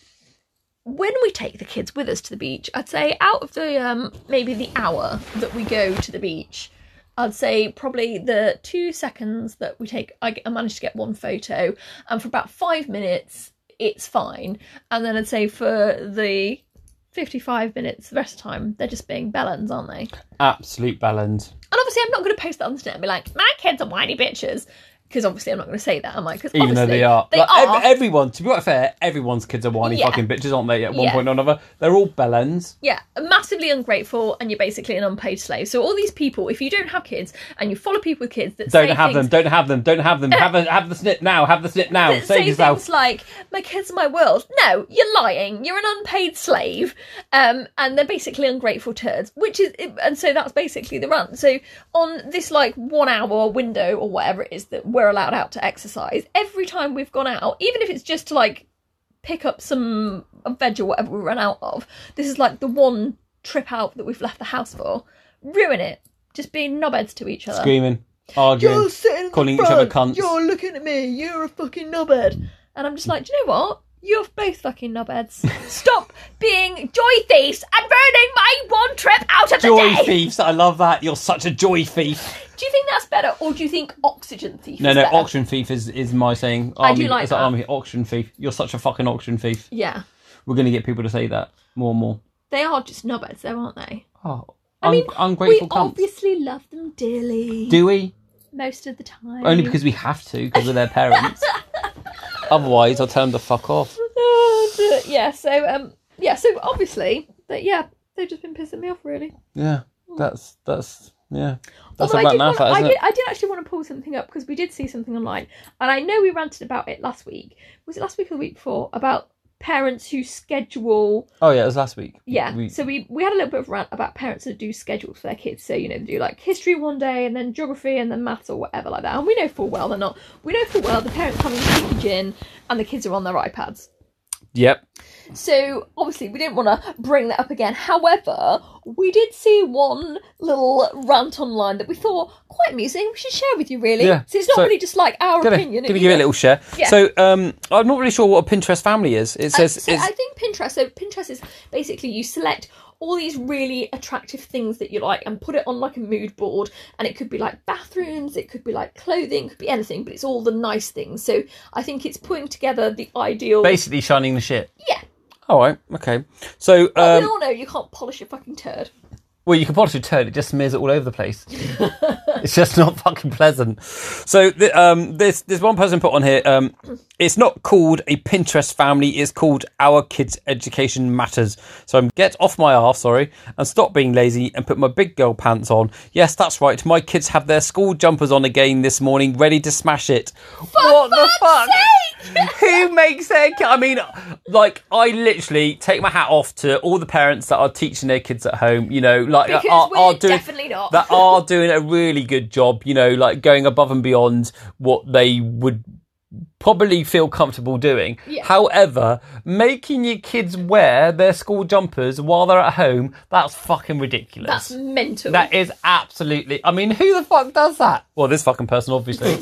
Speaker 1: when we take the kids with us to the beach, I'd say out of the um, maybe the hour that we go to the beach, I'd say probably the two seconds that we take, I, get- I managed to get one photo, and for about five minutes, it's fine. And then I'd say for the 55 minutes, the rest of the time, they're just being bellends, aren't they?
Speaker 2: Absolute balance.
Speaker 1: And obviously, I'm not going to post that on the internet and be like, my kids are whiny bitches. Because obviously, I'm not going to say that, am I? 'Cause
Speaker 2: Even though
Speaker 1: obviously
Speaker 2: they are.
Speaker 1: They
Speaker 2: like,
Speaker 1: are.
Speaker 2: ev- everyone, to be quite fair, everyone's kids are whiny
Speaker 1: Yeah.
Speaker 2: fucking bitches, aren't they? At one
Speaker 1: Yeah.
Speaker 2: point or another. They're all bellends.
Speaker 1: yeah, massively ungrateful, and you're basically an unpaid slave. So all these people, if you don't have kids and you follow people with kids that
Speaker 2: Don't
Speaker 1: say
Speaker 2: have
Speaker 1: things,
Speaker 2: them, don't have them, don't have them. Have a, have the snip now, have the snip now.
Speaker 1: that say
Speaker 2: Save yourself.
Speaker 1: things like "my kids are my world." No, you're lying. You're an unpaid slave, um, and they're basically ungrateful turds. Which is, and so that's basically the rant. So on this like one hour window or whatever it is that we're allowed out to exercise, every time we've gone out, even if it's just to like pick up some veg or whatever we run out of, this is like the one trip out that we've left the house for. Ruin it. Just being knobheads to each other.
Speaker 2: Screaming, arguing,
Speaker 1: sitting in the
Speaker 2: calling each other
Speaker 1: front.
Speaker 2: cunts.
Speaker 1: You're looking at me. You're a fucking knobhead. And I'm just like, do you know what? You're both fucking knobheads. Stop being joy thieves and ruining my one trip out of
Speaker 2: Joy
Speaker 1: the day.
Speaker 2: thieves. I love that. You're such a joy thief.
Speaker 1: Do you think that's better, or do you think oxygen thief?
Speaker 2: No,
Speaker 1: is
Speaker 2: no,
Speaker 1: better?
Speaker 2: auction thief is, is my saying.
Speaker 1: I
Speaker 2: Army,
Speaker 1: do like
Speaker 2: it's like
Speaker 1: that.
Speaker 2: army, auction thief. You're such a fucking auction thief.
Speaker 1: Yeah,
Speaker 2: We're going to get people to say that more and more.
Speaker 1: they are just knobheads, though, aren't they?
Speaker 2: Oh,
Speaker 1: I mean,
Speaker 2: un- ungrateful
Speaker 1: we
Speaker 2: cunts.
Speaker 1: obviously love them dearly
Speaker 2: Do we?
Speaker 1: most of the time.
Speaker 2: Only because we have to, because we're their parents. Otherwise, I'll tell them to fuck off.
Speaker 1: Oh, dear. yeah. So um, yeah. So obviously, but yeah, they've just been pissing me off really.
Speaker 2: Yeah, that's that's yeah. That's
Speaker 1: Hmm. Although I
Speaker 2: about
Speaker 1: did
Speaker 2: now,
Speaker 1: want-
Speaker 2: that,
Speaker 1: I
Speaker 2: isn't
Speaker 1: did,
Speaker 2: it?
Speaker 1: I did actually want to pull something up because we did see something online, and I know we ranted about it last week. Was it last week or the week before about parents who schedule?
Speaker 2: Oh yeah, it was last week.
Speaker 1: Yeah.
Speaker 2: We-
Speaker 1: So we we had a little bit of rant about parents that do schedules for their kids. So you know they do like history one day and then geography and then maths or whatever like that. And we know full well they're not. We know full well the parents having cheeky gin and the kids are on their iPads.
Speaker 2: Yep.
Speaker 1: So obviously we didn't want to bring that up again. However, we did see one little rant online that we thought quite amusing. We should share with you really.
Speaker 2: Yeah.
Speaker 1: So it's not
Speaker 2: So-
Speaker 1: really just like our
Speaker 2: Gonna,
Speaker 1: opinion.
Speaker 2: gonna give it a little share.
Speaker 1: Yeah.
Speaker 2: So um, I'm not really sure what a Pinterest family is. It
Speaker 1: Um,
Speaker 2: says
Speaker 1: so
Speaker 2: it's,
Speaker 1: I think Pinterest. So Pinterest is basically you select all these really attractive things that you like and put it on like a mood board and it could be like bathrooms it could be like clothing it could be anything but it's all the nice things so i think it's putting together the ideal
Speaker 2: basically shining the shit.
Speaker 1: yeah
Speaker 2: All right. Okay. So um,
Speaker 1: we all know you can't polish a fucking turd
Speaker 2: Well, you can polish a turd; it just smears it all over the place. it's just not fucking pleasant. So, th- um, there's there's one person put on here. Um, it's not called a Pinterest family; it's called Our Kids Education Matters. So, I'm get off my arse, sorry, and stop being lazy and put my big girl pants on. Yes, that's right. My kids have their school jumpers on again this morning, ready to smash it. what the fuck? Who makes their ki- I mean, like, I literally take my hat off to all the parents that are teaching their kids at home, you know, like,
Speaker 1: Because
Speaker 2: are,
Speaker 1: we're
Speaker 2: are doing,
Speaker 1: definitely not.
Speaker 2: that are doing a really good job, you know, like going above and beyond what they would probably feel comfortable doing.
Speaker 1: Yeah.
Speaker 2: However, making your kids wear their school jumpers while they're at home, that's fucking ridiculous.
Speaker 1: that's mental
Speaker 2: That is absolutely. I mean, who the fuck does that? Well, this fucking person, obviously.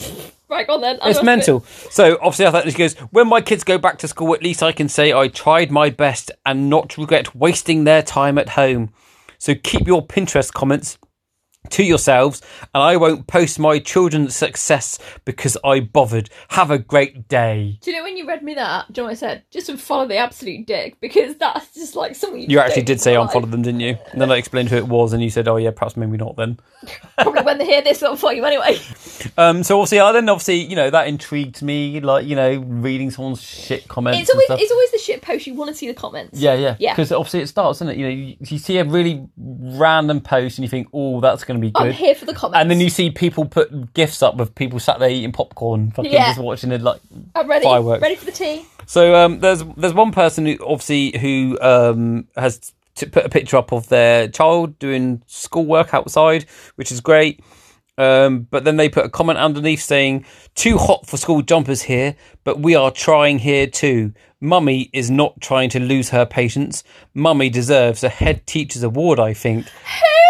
Speaker 1: right go on then
Speaker 2: It's mental. So obviously, I thought she goes. When my kids go back to school, at least I can say I tried my best and not regret wasting their time at home. So keep your Pinterest comments to yourselves, and I won't post my children's success because I bothered. Have a great day.
Speaker 1: Do you know when you read me that? Do you know what I said? Just unfollow the absolute dick because that's just like something you.
Speaker 2: You actually
Speaker 1: don't
Speaker 2: did say
Speaker 1: like.
Speaker 2: unfollow them, didn't you? And then I explained who it was, and you said, "Oh yeah, perhaps maybe not then."
Speaker 1: Probably when they hear this, they'll follow you anyway.
Speaker 2: Um, so obviously, I then obviously, you know, that intrigued me, like you know, reading someone's shit comments.
Speaker 1: It's always
Speaker 2: and stuff.
Speaker 1: it's always the shit post you want to see the comments.
Speaker 2: Yeah, yeah,
Speaker 1: Yeah.
Speaker 2: Because obviously it starts, isn't it? You know, you, you see a really random post and you think, "Oh, that's going to be
Speaker 1: I'm
Speaker 2: good,"
Speaker 1: here for the comments.
Speaker 2: and then you see people put gifs up of people sat there eating popcorn, fucking
Speaker 1: Yeah.
Speaker 2: just watching it. Like,
Speaker 1: I'm ready.
Speaker 2: fireworks.
Speaker 1: Ready for the tea?
Speaker 2: so um, there's there's one person who obviously who um, has t- put a picture up of their child doing schoolwork outside, which is great. Um, but then they put a comment underneath saying, "Too hot for school jumpers here, but we are trying here too. Mummy is not trying to lose her patience. Mummy deserves a head teacher's award, I think."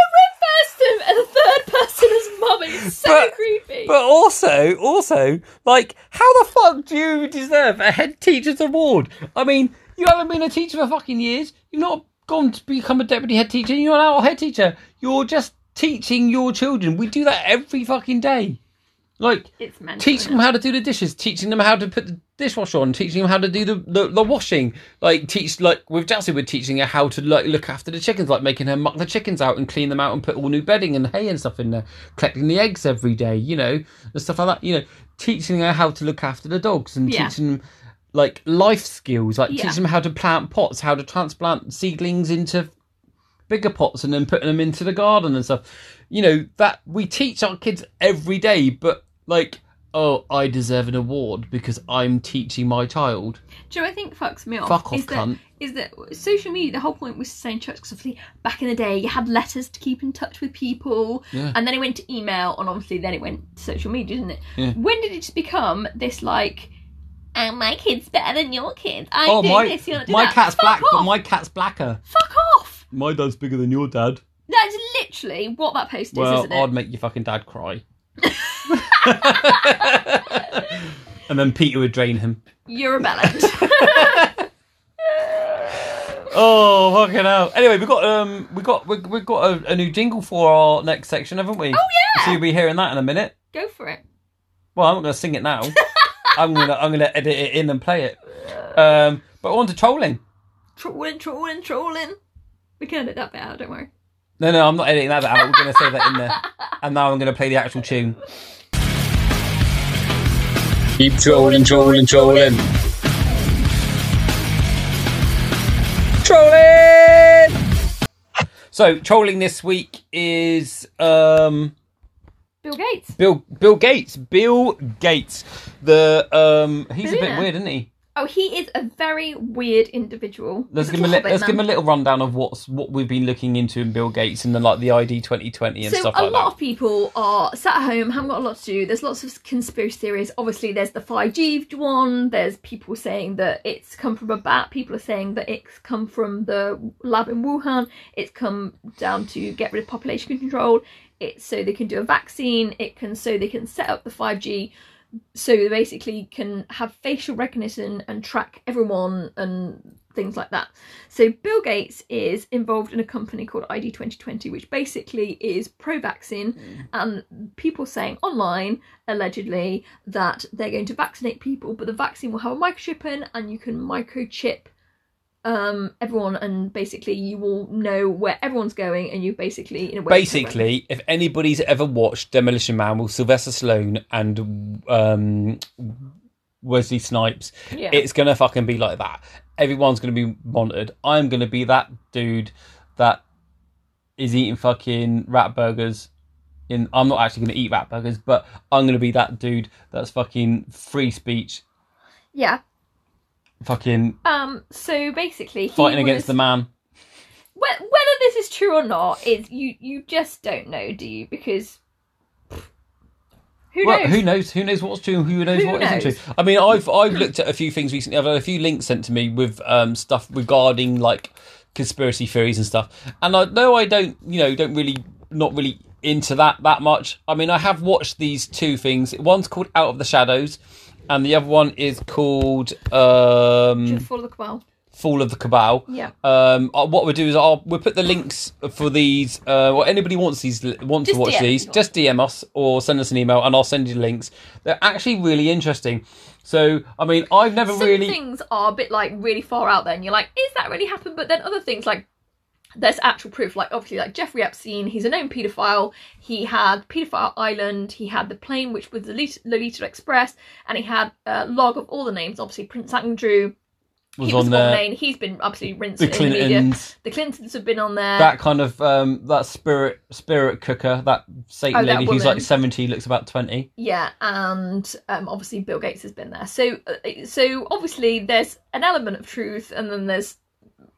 Speaker 1: Who refers to him as a third person as mummy? It's so
Speaker 2: But-
Speaker 1: creepy.
Speaker 2: But also, also, like, how the fuck do you deserve a head teacher's award? I mean, you haven't been a teacher for fucking years. You've not gone to become a deputy head teacher. You're not a head teacher. You're just teaching your children. We do that every fucking day. Like,
Speaker 1: it's mental.
Speaker 2: teaching them how to do the dishes, teaching them how to put the dishwasher on, teaching them how to do the, the, the washing. Like teach like with Jassy, we're teaching her how to like look after the chickens, like making her muck the chickens out and clean them out and put all new bedding and hay and stuff in there, collecting the eggs every day, you know, and stuff like that. You know, teaching her how to look after the dogs and
Speaker 1: Yeah.
Speaker 2: teaching them like life skills, like
Speaker 1: Yeah.
Speaker 2: teaching them how to plant pots, how to transplant seedlings into bigger pots and then putting them into the garden and stuff. You know, that we teach our kids every day, but like, oh, I deserve an award because I'm teaching my child.
Speaker 1: Do you know what I think fucks me off?
Speaker 2: Fuck off,
Speaker 1: is that,
Speaker 2: cunt.
Speaker 1: is that social media, the whole point was staying in touch because obviously back in the day you had letters to keep in touch with people and then it went to email and obviously then it went to social media, didn't it? When did it just become this like, oh, my kid's better than your kid. I do this, you don't do that. Fuck off.
Speaker 2: Oh, cat's blacker.
Speaker 1: Fuck off!
Speaker 2: My dad's bigger than your dad.
Speaker 1: That's literally what that post is,
Speaker 2: Well,
Speaker 1: isn't it?
Speaker 2: I'd make your fucking dad cry. and then Peter would drain him.
Speaker 1: You're a ballad.
Speaker 2: Oh, fucking hell. Anyway, we've got um we got we we've got a, a new jingle for our next section, haven't we? Oh
Speaker 1: yeah.
Speaker 2: So you'll be hearing that in a minute.
Speaker 1: Go for it.
Speaker 2: Well, I'm not going to sing it now. I'm gonna I'm gonna edit it in and play it. Um, but on to trolling.
Speaker 1: Trolling, trolling, trolling. We can edit that bit out, don't worry.
Speaker 2: No, no, I'm not editing that out. We're gonna save that in there. And now I'm gonna play the actual tune.
Speaker 5: Keep trolling, trolling, trolling.
Speaker 2: So trolling this week is um
Speaker 1: Bill Gates.
Speaker 2: Bill Bill Gates. Bill Gates. The um he's a bit
Speaker 1: Billionaire.
Speaker 2: weird, isn't he?
Speaker 1: Oh, he is a very weird individual.
Speaker 2: Let's
Speaker 1: He's
Speaker 2: give him a
Speaker 1: little
Speaker 2: li- let's
Speaker 1: hobbit
Speaker 2: give him a
Speaker 1: man.
Speaker 2: little rundown of what's what we've been looking into in Bill Gates and then like the ID 2020 and
Speaker 1: So
Speaker 2: stuff
Speaker 1: a
Speaker 2: like
Speaker 1: lot
Speaker 2: that.
Speaker 1: of people are sat at home, haven't got a lot to do. There's lots of conspiracy theories. Obviously, there's the 5G one. There's people saying that it's come from a bat. People are saying that it's come from the lab in Wuhan. It's come down to get rid of population control. It's so they can do a vaccine. It can so they can set up the 5G. So they basically can have facial recognition and track everyone and things like that. So Bill Gates is involved in a company called ID 2020, which basically is pro-vaccine,
Speaker 2: Mm.
Speaker 1: and people saying online allegedly that they're going to vaccinate people, but the vaccine will have a microchip in, and you can microchip um everyone and basically you will know where everyone's going and you basically in a way
Speaker 2: Basically, if anybody's ever watched Demolition Man with Sylvester Stallone and um, Wesley Snipes,
Speaker 1: Yeah.
Speaker 2: it's gonna fucking be like that. Everyone's gonna be monitored. I'm gonna be that dude that is eating fucking rat burgers. In I'm not actually gonna eat rat burgers, but I'm gonna be that dude that's fucking free speech,
Speaker 1: yeah
Speaker 2: fucking
Speaker 1: um so basically he
Speaker 2: fighting against
Speaker 1: was-
Speaker 2: the man.
Speaker 1: Whe- whether this is true or not is you you just don't know do you because pff, who
Speaker 2: well,
Speaker 1: knows
Speaker 2: who knows? Who knows what's true? and Who knows
Speaker 1: Who
Speaker 2: what
Speaker 1: knows?
Speaker 2: not true? I mean, I've I've looked at a few things recently. I've had a few links sent to me with um, stuff regarding like conspiracy theories and stuff. And I know I don't, you know, don't really not really into that that much. I mean, I have watched these two things. One's called Out of the Shadows, and the other one is called um,
Speaker 1: Just follow the cabal
Speaker 2: Fall of the Cabal.
Speaker 1: yeah
Speaker 2: Um, uh, what we'll do is I'll we'll put the links for these. Uh, or anybody wants these wants
Speaker 1: Just
Speaker 2: to watch
Speaker 1: DM
Speaker 2: these,
Speaker 1: if you
Speaker 2: just DM us or send us an email, and I'll send you the links. They're actually really interesting. So I mean, I've never
Speaker 1: some
Speaker 2: really
Speaker 1: things are a bit like really far out there and you're like is that really happened but then other things like there's actual proof like obviously like jeffrey epstein he's a known pedophile he had pedophile island he had the plane which was the Lolita- lolita express and he had a log of all the names obviously prince andrew
Speaker 2: was
Speaker 1: he was
Speaker 2: on
Speaker 1: on
Speaker 2: there.
Speaker 1: main. he's been absolutely rinsed
Speaker 2: The
Speaker 1: in the media
Speaker 2: Clintons,
Speaker 1: the clintons have been on there
Speaker 2: that kind of um, that spirit spirit cooker, that Satan
Speaker 1: Oh, that
Speaker 2: lady who's like
Speaker 1: woman.
Speaker 2: seventy, looks about twenty.
Speaker 1: Yeah, and um, obviously Bill Gates has been there. So, uh, so obviously there's an element of truth, and then there's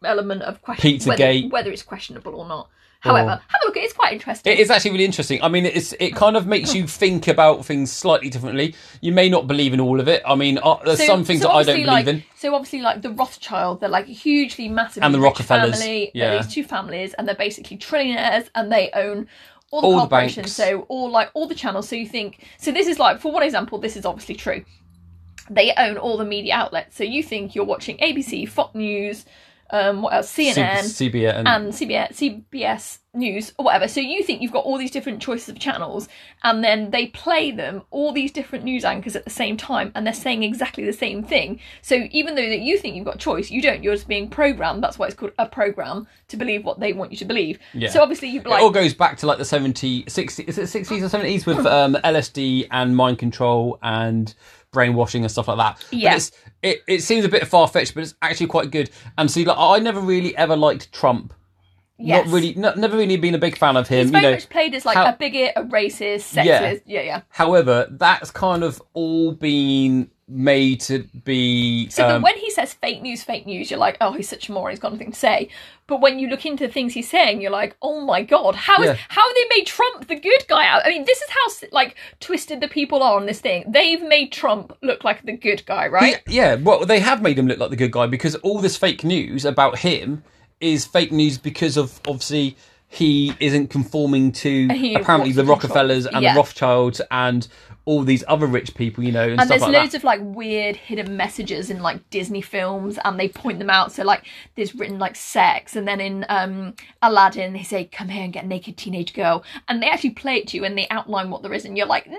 Speaker 1: element of question whether,
Speaker 2: Pizzagate.
Speaker 1: whether it's questionable or not. However, have a look. It's quite interesting.
Speaker 2: It is actually really interesting. I mean, it's it kind of makes you think about things slightly differently. You may not believe in all of it. I mean, uh, there's some things that I don't
Speaker 1: obviously,
Speaker 2: believe
Speaker 1: like,
Speaker 2: in.
Speaker 1: So obviously, like the Rothschild, they're like hugely massive
Speaker 2: And the
Speaker 1: rich
Speaker 2: Rockefellers,
Speaker 1: family.
Speaker 2: yeah.
Speaker 1: these two families, and they're basically trillionaires, and they own all the
Speaker 2: All the
Speaker 1: corporations.
Speaker 2: banks.
Speaker 1: so all like all the channels. So you think so? This is like for one example, this is obviously true. They own all the media outlets. So you think you're watching ABC, Fox News, um, what else? CNN,
Speaker 2: C- CBN.
Speaker 1: and CBS, CBS News or whatever. So you think you've got all these different choices of channels, and then they play them all these different news anchors at the same time, and they're saying exactly the same thing. So even though that you think you've got choice, you don't. You're just being programmed. That's why it's called a program to believe what they want you to believe.
Speaker 2: Yeah.
Speaker 1: So obviously you'd be like, Hmm.
Speaker 2: it all goes back to like the 70 60 is it 60s or 70s with um lsd and mind control and brainwashing and stuff like that But
Speaker 1: Yeah.
Speaker 2: it's, it, it seems a bit far-fetched but it's actually quite good and see like i never really ever liked trump
Speaker 1: yes.
Speaker 2: not really not, never really been a big fan of
Speaker 1: It's
Speaker 2: him you
Speaker 1: very
Speaker 2: know
Speaker 1: much played as like
Speaker 2: how-
Speaker 1: a bigot, a racist,
Speaker 2: Yeah.
Speaker 1: sexist. Yeah, yeah.
Speaker 2: however that's kind of all been made to be
Speaker 1: So
Speaker 2: um,
Speaker 1: then when he says fake news, fake news, you're like, oh, he's such a moron. He's got nothing to say. But when you look into the things he's saying, you're like, oh my god, how is
Speaker 2: Yeah.
Speaker 1: how have they made Trump the good guy out? I mean, this is how like twisted the people are on this thing. They've made Trump look like the good guy, right?
Speaker 2: Yeah, well, they have made him look like the good guy because all this fake news about him is fake news because of obviously he isn't conforming to
Speaker 1: He
Speaker 2: apparently
Speaker 1: wants
Speaker 2: the
Speaker 1: to control.
Speaker 2: Rockefellers and
Speaker 1: Yeah.
Speaker 2: the Rothschilds and all these other rich people, you know, and,
Speaker 1: And
Speaker 2: stuff
Speaker 1: there's
Speaker 2: like
Speaker 1: loads
Speaker 2: that.
Speaker 1: of like weird hidden messages in like Disney films, and they point them out. So like, there's written like sex, and then in um, Aladdin they say, "Come here and get a naked teenage girl," and they actually play it to you and they outline what there is, and you're like, "No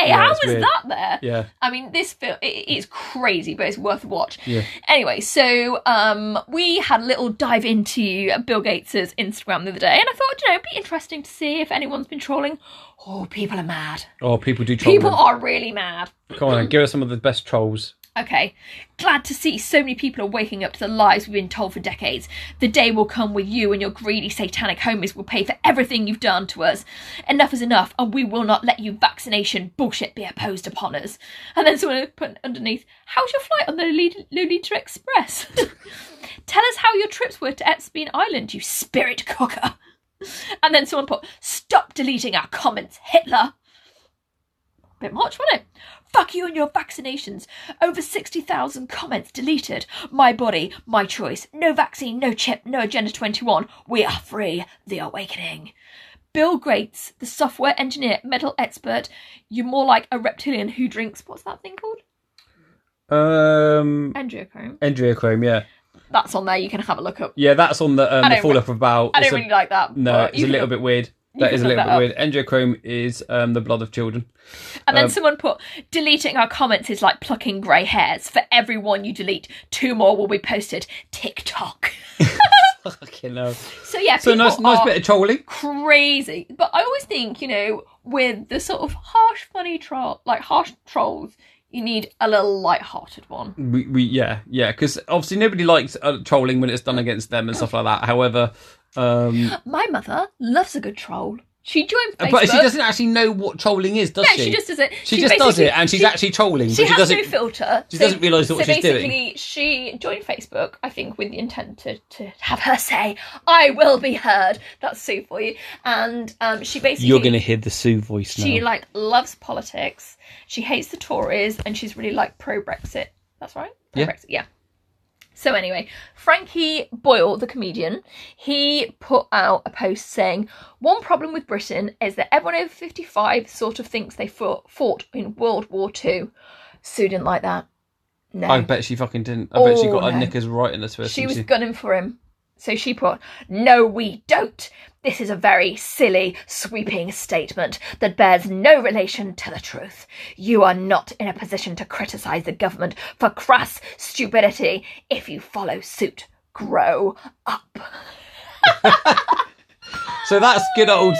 Speaker 1: way!
Speaker 2: Yeah,
Speaker 1: how
Speaker 2: it's
Speaker 1: is
Speaker 2: weird.
Speaker 1: that there?"
Speaker 2: yeah.
Speaker 1: I mean, this film it, it's crazy, but it's worth a watch.
Speaker 2: Yeah.
Speaker 1: Anyway, so um, we had a little dive into Bill Gates's Instagram the other day, and I thought, you know, it'd be interesting to see if anyone's been trolling. Oh, people are mad.
Speaker 2: Oh, people do troll.
Speaker 1: People
Speaker 2: People
Speaker 1: are really mad.
Speaker 2: Come on, give us some of the best trolls.
Speaker 1: Okay. Glad to see so many people are waking up to the lies we've been told for decades. The day will come where you and your greedy satanic homies will pay for everything you've done to us. Enough is enough, and we will not let you vaccination bullshit be imposed upon us. And then someone put underneath, How's your flight on the Lul- Lolita Express? Tell us how your trips were to Epstein Island, you spirit cooker. And then someone put, Stop deleting our comments, Hitler bit much, wasn't it? Fuck you and your vaccinations. Over 60,000 comments deleted. My body, my choice. No vaccine, no chip, no Agenda 21. We are free. The awakening. Bill Gates, the software engineer, metal expert. You're more like a reptilian who drinks. What's that thing called?
Speaker 2: Um,
Speaker 1: Andreochrome.
Speaker 2: Endriachrome, yeah,
Speaker 1: That's on there. You can have a look up.
Speaker 2: yeah. That's on the um,
Speaker 1: I
Speaker 2: the
Speaker 1: don't
Speaker 2: fall
Speaker 1: re-
Speaker 2: off about.
Speaker 1: I don't
Speaker 2: It's a-
Speaker 1: really like that.
Speaker 2: No,
Speaker 1: but
Speaker 2: it's
Speaker 1: you
Speaker 2: a
Speaker 1: can
Speaker 2: little
Speaker 1: look-
Speaker 2: bit weird. That
Speaker 1: can
Speaker 2: is a
Speaker 1: look that
Speaker 2: little bit weird. Endriachrome is um, the blood of children.
Speaker 1: And
Speaker 2: um,
Speaker 1: then someone put, deleting our comments is like plucking grey hairs. For every one you delete, two more will be posted. TikTok.
Speaker 2: Fucking hell.
Speaker 1: So yeah,
Speaker 2: So
Speaker 1: people
Speaker 2: nice, nice
Speaker 1: are
Speaker 2: bit of trolling.
Speaker 1: crazy. But I always think, you know, with the sort of harsh, funny troll, like harsh trolls, you need a little light-hearted one.
Speaker 2: We, we yeah, yeah. Because obviously nobody likes uh, trolling when it's done against them and stuff like that. However, um,
Speaker 1: My mother loves a good troll. She joined Facebook.
Speaker 2: but she doesn't actually know what trolling is, does
Speaker 1: No,
Speaker 2: she?
Speaker 1: she just doesn't.
Speaker 2: She, just does
Speaker 1: basically-
Speaker 2: it, and she's
Speaker 1: she-
Speaker 2: actually trolling.
Speaker 1: She
Speaker 2: but she
Speaker 1: has
Speaker 2: doesn't.
Speaker 1: no filter.
Speaker 2: she doesn't realise what
Speaker 1: so
Speaker 2: she's doing.
Speaker 1: basically, she joined Facebook, I think, with the intent to, to have her say, "I will be heard." That's Sue for you. And um, she basically
Speaker 2: You're gonna hear the Sue voice now.
Speaker 1: She like loves politics. She hates the Tories, and she's really like pro Brexit. That's right. Pro
Speaker 2: Yeah.
Speaker 1: Brexit. Yeah. So anyway, Frankie Boyle, the comedian, he put out a post saying one problem with Britain is that everyone over fifty-five sort of thinks they fought, fought in World War Two. Sue didn't like that. No,
Speaker 2: I bet she fucking didn't. I bet she
Speaker 1: Oh,
Speaker 2: got
Speaker 1: no.
Speaker 2: her knickers right in the twist.
Speaker 1: she
Speaker 2: and
Speaker 1: was gunning for him. So she put, No, we don't. This is a very silly, sweeping statement that bears no relation to the truth. You are not in a position to criticise the government for crass stupidity if you follow suit. Grow up.
Speaker 2: So that's good old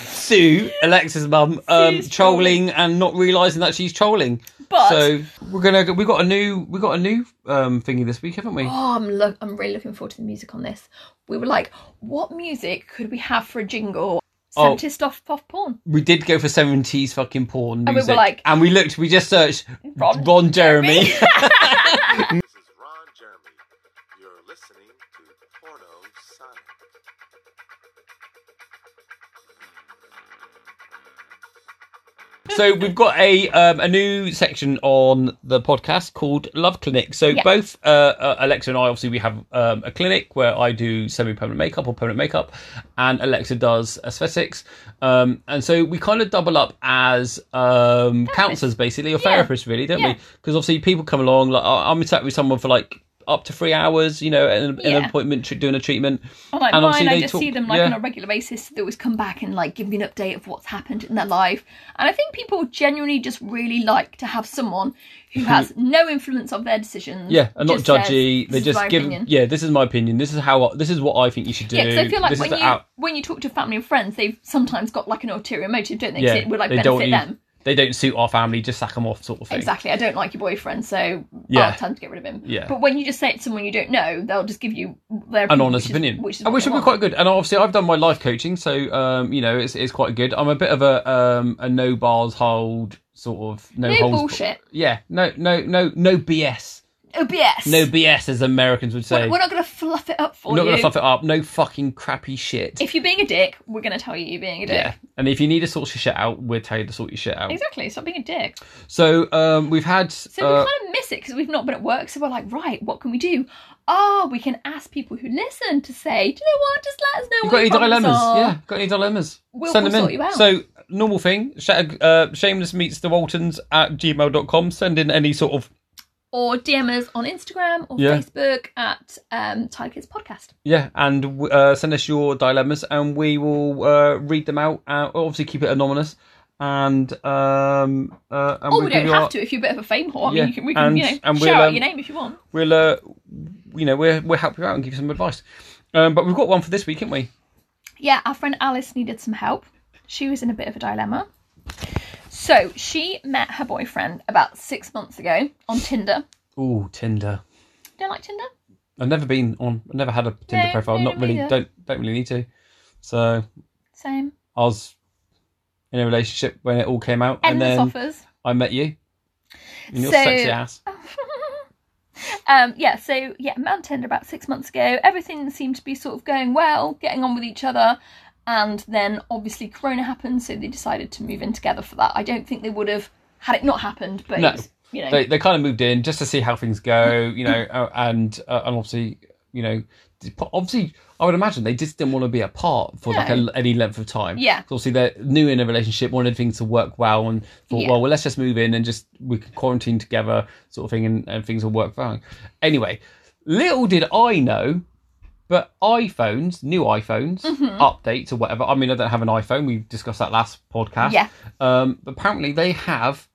Speaker 2: Sue, Alexa's mum, um,
Speaker 1: Sue's
Speaker 2: trolling and not realising that she's trolling.
Speaker 1: But-
Speaker 2: so we're gonna we got a new we got a new um, thingy this week, haven't we?
Speaker 1: Oh, I'm look. I'm really looking forward to the music on this. We were like, what music could we have for a jingle?
Speaker 2: Oh.
Speaker 1: Scientist off off porn.
Speaker 2: We did go for seventies fucking porn music,
Speaker 1: we were like-
Speaker 2: and we looked. We just searched
Speaker 1: Ron
Speaker 2: Ron, Jeremy.
Speaker 6: This is Ron Jeremy. You're listening to Porno Sonic.
Speaker 2: so we've got a um, a new section on the podcast called Love Clinic. So both uh, uh, Alexa and I, obviously, we have um, a clinic where I do semi-permanent makeup or permanent makeup, and Alexa does aesthetics. Um, and so we kind of double up as um, counselors, basically, or therapists, really, don't we? Because obviously, people come along. Like I- I'm in touch with someone for like up to three hours, you know, at an, at an
Speaker 1: Yeah.
Speaker 2: appointment, tr- doing a treatment.
Speaker 1: I'm like
Speaker 2: And
Speaker 1: mine,
Speaker 2: obviously
Speaker 1: I
Speaker 2: they
Speaker 1: just
Speaker 2: talk-
Speaker 1: see them like
Speaker 2: yeah.
Speaker 1: on a regular basis. So they always come back and like give me an update of what's happened in their life. And I think people genuinely just really like to have someone who has no influence of their decisions.
Speaker 2: Yeah, and not
Speaker 1: just says,
Speaker 2: judgy.
Speaker 1: "This
Speaker 2: they
Speaker 1: is
Speaker 2: just
Speaker 1: my
Speaker 2: give.
Speaker 1: opinion."
Speaker 2: Yeah, this is my opinion. This is how. I- This is what I think you should do.
Speaker 1: Yeah, because I feel like
Speaker 2: this
Speaker 1: when
Speaker 2: is
Speaker 1: you
Speaker 2: the out-
Speaker 1: when you talk to family and friends, they've sometimes got like an ulterior motive, don't they? 'Cause
Speaker 2: yeah,
Speaker 1: it would like
Speaker 2: they
Speaker 1: benefit
Speaker 2: don't. use-
Speaker 1: them.
Speaker 2: They don't suit our family. Just sack them off, sort of thing.
Speaker 1: Exactly. I don't like your boyfriend, so
Speaker 2: Yeah.
Speaker 1: I'll time to get rid of him.
Speaker 2: Yeah.
Speaker 1: But when you just say it to someone you don't know, they'll just give you their
Speaker 2: An
Speaker 1: which
Speaker 2: honest
Speaker 1: is-
Speaker 2: opinion,
Speaker 1: which is
Speaker 2: and
Speaker 1: what
Speaker 2: which
Speaker 1: they
Speaker 2: would be
Speaker 1: want.
Speaker 2: quite good. And obviously, I've done my life coaching, so um, you know it's it's quite good. I'm a bit of a um, a no bars hold sort of no,
Speaker 1: No
Speaker 2: holds-
Speaker 1: bullshit. Oh,
Speaker 2: Yeah, no, no, no, no BS.
Speaker 1: OBS.
Speaker 2: No BS, as Americans would say.
Speaker 1: We're not going to fluff it up for
Speaker 2: We're not
Speaker 1: you.
Speaker 2: going to fluff it up. No fucking crappy shit.
Speaker 1: if you're being a dick, we're going to tell you you're being a dick.
Speaker 2: yeah, and if you need to sort your shit out, we'll tell you to sort your shit out.
Speaker 1: Exactly. Stop being a dick.
Speaker 2: So um, we've had.
Speaker 1: So
Speaker 2: uh,
Speaker 1: we kind of miss it because we've not been at work. So we're like, right, what can we do? Oh, we can ask people who listen to say, do you know what? Just let us know.
Speaker 2: You
Speaker 1: what
Speaker 2: got any
Speaker 1: your problems
Speaker 2: dilemmas?
Speaker 1: Are.
Speaker 2: Yeah, got any dilemmas?
Speaker 1: We'll-
Speaker 2: Send
Speaker 1: we'll
Speaker 2: them
Speaker 1: sort
Speaker 2: in.
Speaker 1: you out.
Speaker 2: So, normal thing, sh- uh, shameless meets the Waltons at gmail.com. Send in any sort of,
Speaker 1: Or DM us on Instagram or
Speaker 2: Yeah.
Speaker 1: Facebook at um, Tiger Kids Podcast.
Speaker 2: yeah, and uh, send us your dilemmas and we will uh, read them out. Uh, obviously, keep it anonymous. And, um, uh, and
Speaker 1: Or
Speaker 2: we'll
Speaker 1: Oh, we
Speaker 2: give
Speaker 1: don't
Speaker 2: you
Speaker 1: have
Speaker 2: our-
Speaker 1: to if you're a bit of a fame whore. I mean,
Speaker 2: Yeah,
Speaker 1: you can, we can,
Speaker 2: and-
Speaker 1: you know,
Speaker 2: and
Speaker 1: shout
Speaker 2: we'll,
Speaker 1: out
Speaker 2: um,
Speaker 1: your name if you want.
Speaker 2: We'll, uh, you know, we'll, we'll help you out and give you some advice. Um, but we've got one for this week, haven't we?
Speaker 1: Yeah, our friend Alice needed some help. She was in a bit of a dilemma. So she met her boyfriend about six months ago on Tinder.
Speaker 2: Ooh, Tinder.
Speaker 1: Do you like Tinder?
Speaker 2: I've never been on. I've never had a Tinder
Speaker 1: No,
Speaker 2: profile.
Speaker 1: no,
Speaker 2: Not
Speaker 1: me
Speaker 2: really.
Speaker 1: neither.
Speaker 2: Don't don't really need to. So
Speaker 1: Same.
Speaker 2: I was in a relationship when it all came out, and
Speaker 1: Endless
Speaker 2: then
Speaker 1: offers.
Speaker 2: I met you. And your
Speaker 1: So-
Speaker 2: sexy ass.
Speaker 1: Um, yeah, so yeah, met on Tinder about six months ago. Everything seemed to be sort of going well, getting on with each other, and then obviously Corona happened, so they decided to move in together for that. I don't think they would have had it not happened, but
Speaker 2: No.
Speaker 1: it's, you know,
Speaker 2: They they kind of moved in just to see how things go, you know, uh, and uh, and obviously, you know, obviously, I would imagine they just didn't want to be apart for like
Speaker 1: No.
Speaker 2: a, any length of time.
Speaker 1: Yeah.
Speaker 2: 'Cause Obviously, they're new in a relationship, wanted things to work well, and thought,
Speaker 1: Yeah.
Speaker 2: well, well, let's just move in and just we can quarantine together, sort of thing, and, and things will work fine. Anyway, little did I know. But iPhones, new iPhones,
Speaker 1: Mm-hmm.
Speaker 2: updates or whatever. I mean, I don't have an iPhone. We discussed that last podcast.
Speaker 1: Yeah.
Speaker 2: Um, but apparently, they have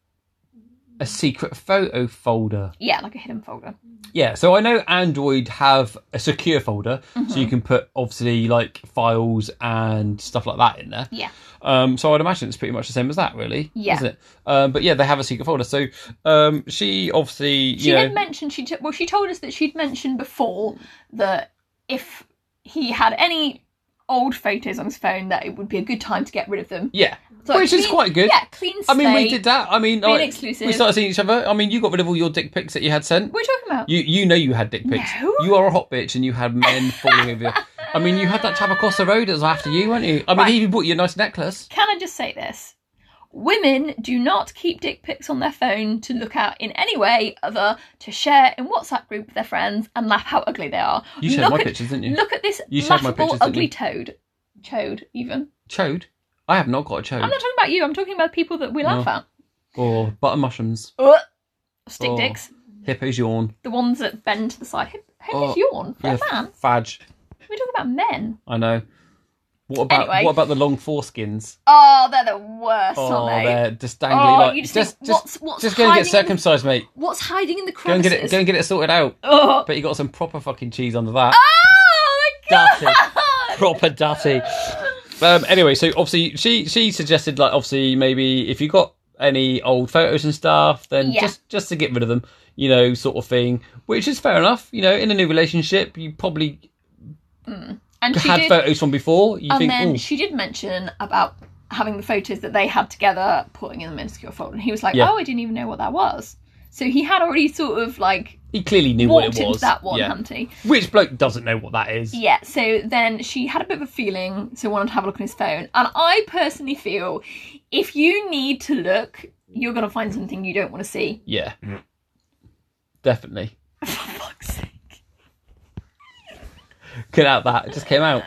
Speaker 2: a secret photo folder.
Speaker 1: yeah, like a hidden folder.
Speaker 2: Yeah, so I know Android have a secure folder, so
Speaker 1: Mm-hmm.
Speaker 2: you can put obviously like files and stuff like that in there.
Speaker 1: Yeah.
Speaker 2: Um, so I'd imagine it's pretty much the same as that, really.
Speaker 1: Yeah.
Speaker 2: Isn't it? Um, but yeah, they have a secret folder. So um, she obviously, you
Speaker 1: She
Speaker 2: know,
Speaker 1: did mention she took well, she told us that she'd mentioned before that if he had any old photos on his phone, that it would be a good time to get rid of them.
Speaker 2: yeah,
Speaker 1: So, like,
Speaker 2: which is
Speaker 1: clean-
Speaker 2: quite good.
Speaker 1: Yeah, clean slate.
Speaker 2: I mean, we did that. I mean,
Speaker 1: Being
Speaker 2: like,
Speaker 1: exclusive.
Speaker 2: we started seeing each other. I mean, you got rid of all your dick pics that you had sent.
Speaker 1: What are you talking about?
Speaker 2: You you know you had dick pics.
Speaker 1: No.
Speaker 2: You are a hot bitch, and you had men falling over you. I mean, you had that chap across the road that was after you, weren't you? I mean,
Speaker 1: Right.
Speaker 2: he even bought you a nice necklace.
Speaker 1: Can I just say this? Women do not keep dick pics on their phone to look at in any way other to share in WhatsApp group with their friends and laugh how ugly they are.
Speaker 2: You shared
Speaker 1: look
Speaker 2: my
Speaker 1: at,
Speaker 2: pictures, didn't you?
Speaker 1: Look at this
Speaker 2: You shared my
Speaker 1: laughable,
Speaker 2: pictures, didn't
Speaker 1: ugly
Speaker 2: you?
Speaker 1: toad. Chode, even.
Speaker 2: Chode? I have not got a chode.
Speaker 1: I'm not talking about you, I'm talking about people that we laugh
Speaker 2: No.
Speaker 1: at.
Speaker 2: Or butter mushrooms,
Speaker 1: Ugh. Stick
Speaker 2: Oh.
Speaker 1: dicks.
Speaker 2: hippos yawn,
Speaker 1: The ones that bend to the side. Who, who
Speaker 2: Oh,
Speaker 1: is yawn? They're
Speaker 2: yeah,
Speaker 1: a man.
Speaker 2: fudge.
Speaker 1: We talk about men.
Speaker 2: I know. What about
Speaker 1: Anyway.
Speaker 2: what about the long foreskins?
Speaker 1: Oh, they're the worst,
Speaker 2: Oh,
Speaker 1: aren't they?
Speaker 2: they're just dangly.
Speaker 1: Oh,
Speaker 2: like,
Speaker 1: you just think, what's- what's
Speaker 2: just go and get
Speaker 1: hiding in-
Speaker 2: circumcised, mate.
Speaker 1: What's hiding in the
Speaker 2: Go and
Speaker 1: crevices?
Speaker 2: get it. Go and get it sorted out.
Speaker 1: Ugh.
Speaker 2: But you got some proper fucking cheese under that.
Speaker 1: Oh my god!
Speaker 2: Dirty. proper dutty. Um, anyway, so obviously she she suggested like obviously maybe if you got any old photos and stuff, then
Speaker 1: Yeah.
Speaker 2: just just to get rid of them, you know, sort of thing. Which is fair enough, you know. In a new relationship, you probably
Speaker 1: And she
Speaker 2: had
Speaker 1: did-
Speaker 2: photos from before. You
Speaker 1: and
Speaker 2: think,
Speaker 1: then
Speaker 2: oh,
Speaker 1: she did mention about having the photos that they had together putting in the insecure folder and he was like
Speaker 2: Yeah.
Speaker 1: oh i didn't even know what that was so he had already sort of like
Speaker 2: he clearly knew what
Speaker 1: walked
Speaker 2: it was.
Speaker 1: into that one
Speaker 2: yeah.
Speaker 1: hadn't he
Speaker 2: Which bloke doesn't know what that is?
Speaker 1: yeah so then she had a bit of a feeling so wanted to have a look on his phone and i personally feel if you need to look you're going to find something you don't want to see
Speaker 2: Yeah, definitely.
Speaker 1: for fuck's sake
Speaker 2: Get out that. It just came out.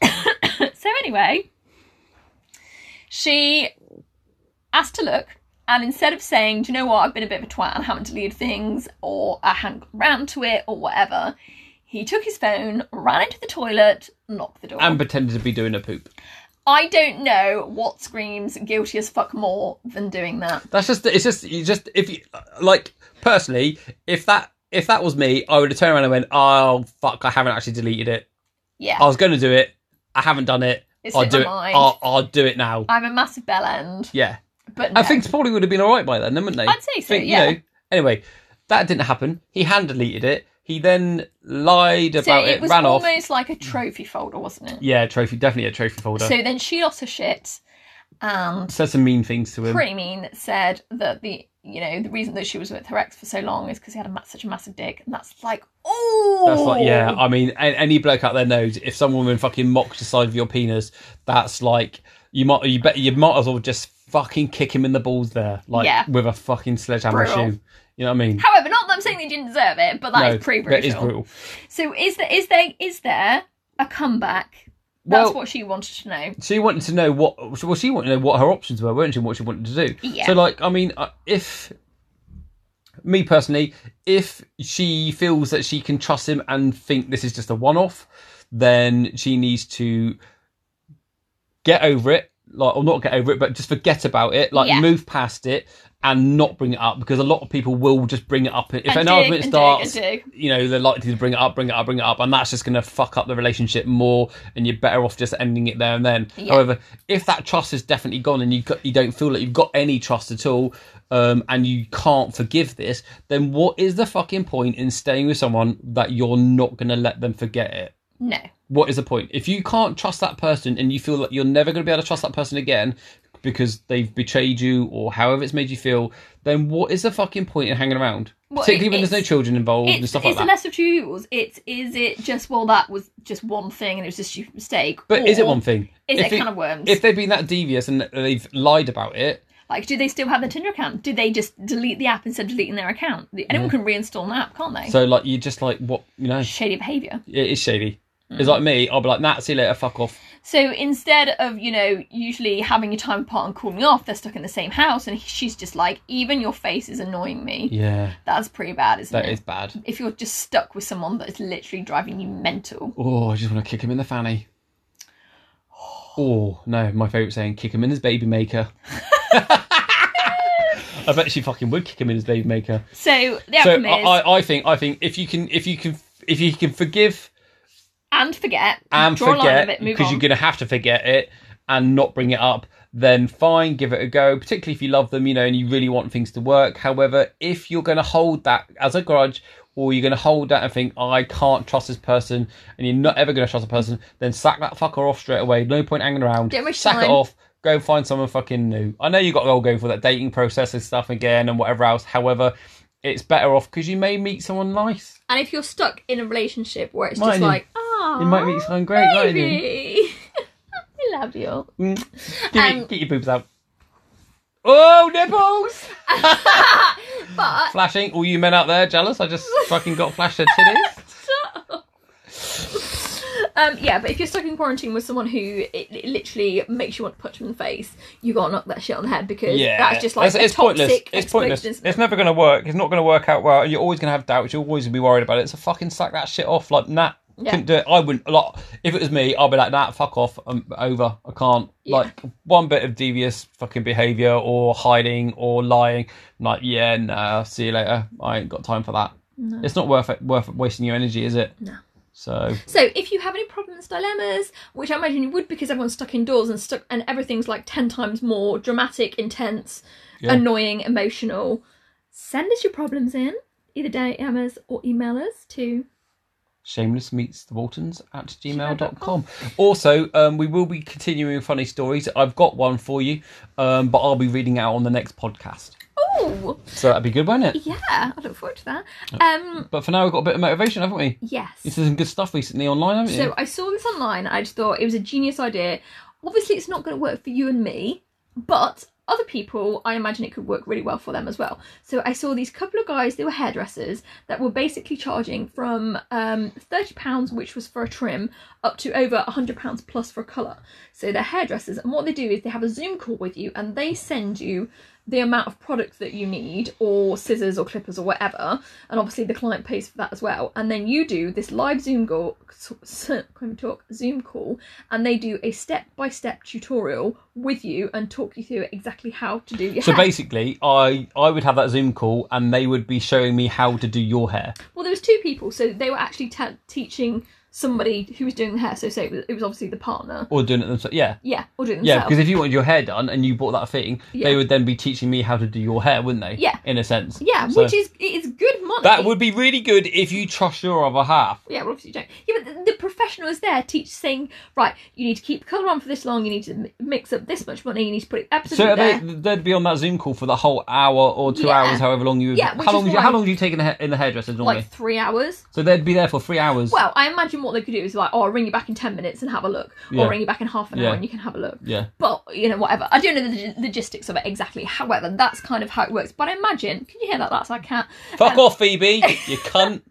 Speaker 1: So anyway, she asked to look, and instead of saying, "Do you know what? I've been a bit of a twat and haven't deleted things, or I haven't got round to it, or whatever," he took his phone, ran into the toilet, knocked the door.
Speaker 2: and pretended to be doing a poop.
Speaker 1: I don't know what screams guilty as fuck more than doing that.
Speaker 2: That's just it's just you just if you like personally if that if that was me I would have turned around and went oh fuck I haven't actually deleted it
Speaker 1: Yeah,
Speaker 2: I was going to do it I haven't done it
Speaker 1: It's
Speaker 2: I'll
Speaker 1: in
Speaker 2: do
Speaker 1: my
Speaker 2: it
Speaker 1: mind.
Speaker 2: I'll, I'll do it now
Speaker 1: I'm a massive bell end,
Speaker 2: yeah
Speaker 1: but
Speaker 2: I
Speaker 1: no.
Speaker 2: think probably would have been all right by then wouldn't they
Speaker 1: I'd say so,
Speaker 2: Think, you
Speaker 1: yeah.
Speaker 2: know. anyway that didn't happen he hand deleted it he then lied
Speaker 1: so.
Speaker 2: about
Speaker 1: It
Speaker 2: it, Mm.
Speaker 1: was
Speaker 2: ran off
Speaker 1: almost like a trophy folder, wasn't it?
Speaker 2: yeah trophy definitely a trophy folder
Speaker 1: So then she lost her shit, and
Speaker 2: said some mean things to him
Speaker 1: pretty mean said that the you know the reason that she was with her ex for so long is because he had a, ma- such a massive dick and that's like oh
Speaker 2: That's like, yeah, I mean, a- any bloke out there knows if some woman fucking mocks the side of your penis, that's like you might you bet you might as well just fucking kick him in the balls there, like
Speaker 1: Yeah.
Speaker 2: with a fucking sledgehammer
Speaker 1: Brutal.
Speaker 2: shoe. You know what I mean?
Speaker 1: however not that i'm saying they didn't deserve it but that is pretty brutal.
Speaker 2: That is brutal.
Speaker 1: so is there is there is there a comeback that's
Speaker 2: Well-
Speaker 1: what she wanted to know
Speaker 2: She wanted to know what well she wanted to know what her options were, weren't she? and What she wanted to do.
Speaker 1: Yeah.
Speaker 2: So like, I mean, uh, if me personally, if she feels that she can trust him and think this is just a one-off, then she needs to get over it, like or not get over it, but just forget about it, like
Speaker 7: Yeah.
Speaker 2: move past it and not bring it up because a lot of people will just bring it up if an
Speaker 7: dig,
Speaker 2: argument
Speaker 7: and dig,
Speaker 2: starts.
Speaker 7: and dig.
Speaker 2: You know they're likely to bring it up, bring it up, bring it up, and that's just going to fuck up the relationship more, and you're better off just ending it there and then. However, if that trust is definitely gone and you got- you don't feel that you've got any trust at all, um, and you can't forgive this, then what is the fucking point in staying with someone that you're not going to let them forget it?
Speaker 7: No.
Speaker 2: what is the point? If you can't trust that person and you feel that you're never going to be able to trust that person again because they've betrayed you or however it's made you feel, then what is the fucking point in hanging around?
Speaker 7: Well,
Speaker 2: Particularly when there's no
Speaker 7: it's-
Speaker 2: children involved and
Speaker 7: It's,
Speaker 2: stuff like
Speaker 7: it's
Speaker 2: that.
Speaker 7: a lesser of two evils. It's is it just well that was just one thing and it was just a stupid mistake.
Speaker 2: but is it
Speaker 7: or
Speaker 2: one thing?
Speaker 7: Is
Speaker 2: If
Speaker 7: it, kind of worms?
Speaker 2: If they've been that devious and they've lied about it,
Speaker 7: Like, do they still have their Tinder account? Do they just delete the app instead of deleting their account? The- Anyone can reinstall an app, can't they?
Speaker 2: so like you're just like, what, you know,
Speaker 7: Shady behaviour.
Speaker 2: it is shady. It's like me, I'll be like, nah, see you later, fuck off.
Speaker 7: So instead of, you know, usually having your time apart and cooling off, they're stuck in the same house and she's just like, even your face is annoying me.
Speaker 2: Yeah,
Speaker 7: That's pretty bad, isn't
Speaker 2: that
Speaker 7: it?
Speaker 2: is bad.
Speaker 7: If you're just stuck with someone that is literally driving you mental.
Speaker 2: Oh, I just want to kick him in the fanny. Oh, no, my favourite saying, kick him in his baby maker. I bet she fucking would kick him in his baby maker.
Speaker 7: So the
Speaker 2: So
Speaker 7: outcome
Speaker 2: I,
Speaker 7: is
Speaker 2: I, I think I think if you can if you can if you can forgive
Speaker 7: and forget
Speaker 2: and
Speaker 7: draw a line
Speaker 2: forget
Speaker 7: of it, move
Speaker 2: because
Speaker 7: on.
Speaker 2: you're gonna have to forget it and not bring it up, then fine, give it a go. Particularly if you love them, you know, and you really want things to work. However, if you're gonna hold that as a grudge or you're gonna hold that and think, I can't trust this person and you're not ever gonna trust a person, then sack that fucker off straight away. No point hanging around.
Speaker 7: Don't waste
Speaker 2: sack it
Speaker 7: time.
Speaker 2: off. Go and find someone fucking new. I know you got to all go for that dating process and stuff again and whatever else. However, it's better off because you may meet someone nice.
Speaker 1: And if you're stuck in a relationship where it's
Speaker 2: Mightn't
Speaker 1: just
Speaker 2: you?
Speaker 1: like, ah,
Speaker 2: You might meet someone great, right? Give,
Speaker 1: baby.
Speaker 7: I love you.
Speaker 2: me- get your boobs out. Oh, nipples! Flashing. All you men out there jealous? I just fucking got flashed their titties.
Speaker 1: Um, yeah, but if you're stuck in quarantine with someone who it, it literally makes you want to punch them in the face, you gotta knock that shit on the head because that's just like
Speaker 2: It's-
Speaker 1: a
Speaker 2: it's
Speaker 1: toxic
Speaker 2: pointless. It's pointless.
Speaker 1: explosion.
Speaker 2: It's never going to work. It's not going to work out well. And you're always going to have doubts. You're always going to be worried about it. So fucking sack that shit off. Like, nah, couldn't do it. I wouldn't. Like, if it was me, I'd be like, nah, fuck off. I'm over. I can't. Like, one bit of devious fucking behaviour or hiding or lying. I'm like, yeah, nah, see you later. I ain't got time for that. It's not worth it, worth wasting your energy, is it? No. So
Speaker 1: So if you have any problems, dilemmas, which I imagine you would because everyone's stuck indoors and stuck and everything's like ten times more dramatic, intense, annoying, emotional, send us your problems in. Either DM us or email us to
Speaker 2: shameless meets the waltons at gmail.com also um, we will be continuing funny stories i've got one for you um, but i'll be reading out on the next podcast
Speaker 1: Oh
Speaker 2: so that'd be good won't it
Speaker 1: yeah, I look forward to that. Um
Speaker 2: but for now we've got a bit of motivation haven't we
Speaker 1: yes.
Speaker 2: this is some good stuff recently online haven't you
Speaker 1: So I saw this online. I just thought it was a genius idea. Obviously, it's not going to work for you and me, but other people, I imagine it could work really well for them as well. So I saw these couple of guys. They were hairdressers that were basically charging from um, thirty pounds, which was for a trim, up to over hundred pounds plus for a colour. So they're hairdressers, and what they do is they have a Zoom call with you, and they send you the amount of product that you need or scissors or clippers or whatever and obviously the client pays for that as well and then you do this live zoom call can't even talk zoom call and they do a step by step tutorial with you and talk you through exactly how to do your
Speaker 2: So
Speaker 1: hair
Speaker 2: basically i i would have that zoom call and they would be showing me how to do your hair
Speaker 1: well there was two people so they were actually te- teaching somebody who was doing the hair so say it was, it was obviously the partner
Speaker 2: or doing it themselves yeah
Speaker 1: yeah or doing it
Speaker 2: yeah,
Speaker 1: themselves
Speaker 2: because if you wanted your hair done and you bought that thing,
Speaker 1: Yeah.
Speaker 2: they would then be teaching me how to do your hair, wouldn't they?
Speaker 1: Yeah.
Speaker 2: In a sense.
Speaker 1: yeah
Speaker 2: So
Speaker 1: which is it is good money
Speaker 2: That would be really good if you trust your other half.
Speaker 1: Yeah, well, obviously you don't. Yeah, but the, the professional is there, teach saying, right, you need to keep the colour on for this long, you need to mi- mix up this much money, you need to put it absolutely
Speaker 2: So they,
Speaker 1: there.
Speaker 2: they'd be on that Zoom call for the whole hour or two
Speaker 1: Yeah.
Speaker 2: hours, however long you.
Speaker 1: Yeah, which
Speaker 2: how long?
Speaker 1: is
Speaker 2: do you, how
Speaker 1: why-
Speaker 2: long do you take in the, ha- in the hairdressers normally?
Speaker 1: like three hours.
Speaker 2: so they'd be there for three hours.
Speaker 1: Well, I imagine what they could do is like, oh, I'll ring you back in 10 minutes and have a look,
Speaker 2: Yeah.
Speaker 1: or ring you back in half an
Speaker 2: Yeah.
Speaker 1: hour and you can have a look.
Speaker 2: yeah.
Speaker 1: But, you know, whatever. I don't know the log- logistics of it exactly. However, that's kind of how it works. But I imagine, can you hear that? That's our cat.
Speaker 2: Fuck off, Phoebe. You cunt.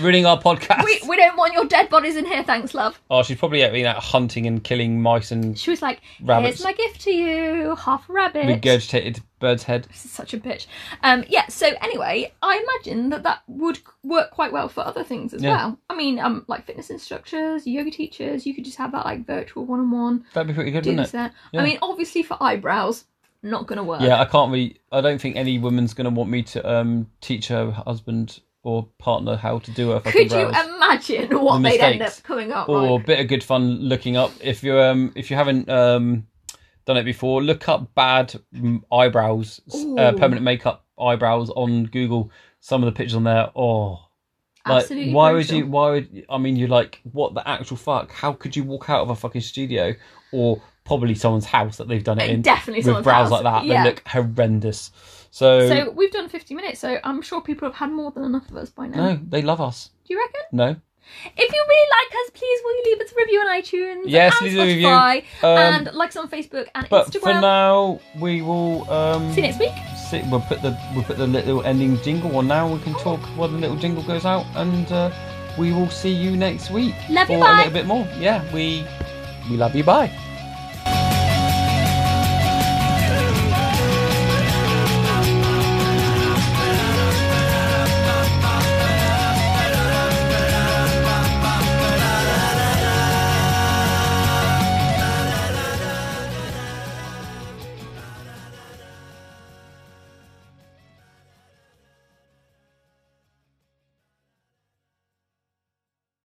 Speaker 2: ruining our podcast.
Speaker 1: We, we don't want your dead bodies in here, thanks, love.
Speaker 2: oh, she's probably out, been out hunting and killing mice and
Speaker 1: She was like,
Speaker 2: Rabbits.
Speaker 1: here's my gift to you, half a rabbit.
Speaker 2: regurgitated bird's head.
Speaker 1: This is such a bitch. Um, yeah. So anyway, I imagine that that would work quite well for other things as
Speaker 2: Yeah.
Speaker 1: well. I mean, um, like fitness instructors, yoga teachers. You could just have that like virtual one-on-one.
Speaker 2: That'd be pretty good,
Speaker 1: Do
Speaker 2: wouldn't
Speaker 1: this
Speaker 2: it?
Speaker 1: that.
Speaker 2: Yeah.
Speaker 1: I mean, obviously for eyebrows, not gonna work.
Speaker 2: Yeah, I can't really. I don't think any woman's going to want me to um, teach her husband or partner how to do her fucking
Speaker 1: Could you
Speaker 2: brows.
Speaker 1: imagine what
Speaker 2: The
Speaker 1: they'd end
Speaker 2: mistakes.
Speaker 1: up coming up
Speaker 2: or a
Speaker 1: with?
Speaker 2: bit of good fun looking up if you um if you haven't um done it before look up bad mm, eyebrows s- uh,
Speaker 1: Ooh.
Speaker 2: permanent makeup eyebrows on google some of the pictures on there oh like
Speaker 1: Absolutely
Speaker 2: why would
Speaker 1: brutal.
Speaker 2: you why would i mean you're like what the actual fuck how could you walk out of a fucking studio or probably someone's house that they've done it
Speaker 1: Uh,
Speaker 2: in
Speaker 1: definitely
Speaker 2: with
Speaker 1: someone's
Speaker 2: brows
Speaker 1: house,
Speaker 2: like that
Speaker 1: yeah.
Speaker 2: they look horrendous so,
Speaker 1: So we've done 50 minutes, so I'm sure people have had more than enough of us by now.
Speaker 2: no they love us
Speaker 1: Do you reckon?
Speaker 2: no
Speaker 1: If you really like us, please will you leave us a review on iTunes?
Speaker 2: Yes,
Speaker 1: and
Speaker 2: leave us a review.
Speaker 1: Spotify,
Speaker 2: Um,
Speaker 1: and like us on Facebook and
Speaker 2: but
Speaker 1: Instagram.
Speaker 2: for now we will um
Speaker 1: See you next week.
Speaker 2: sit, we'll put the we'll put the little ending jingle on now. We can talk while the little jingle goes out, and uh, we will see you next week
Speaker 1: Love
Speaker 2: for
Speaker 1: you,
Speaker 2: a
Speaker 1: bye.
Speaker 2: little bit more. Yeah, we we love you. Bye.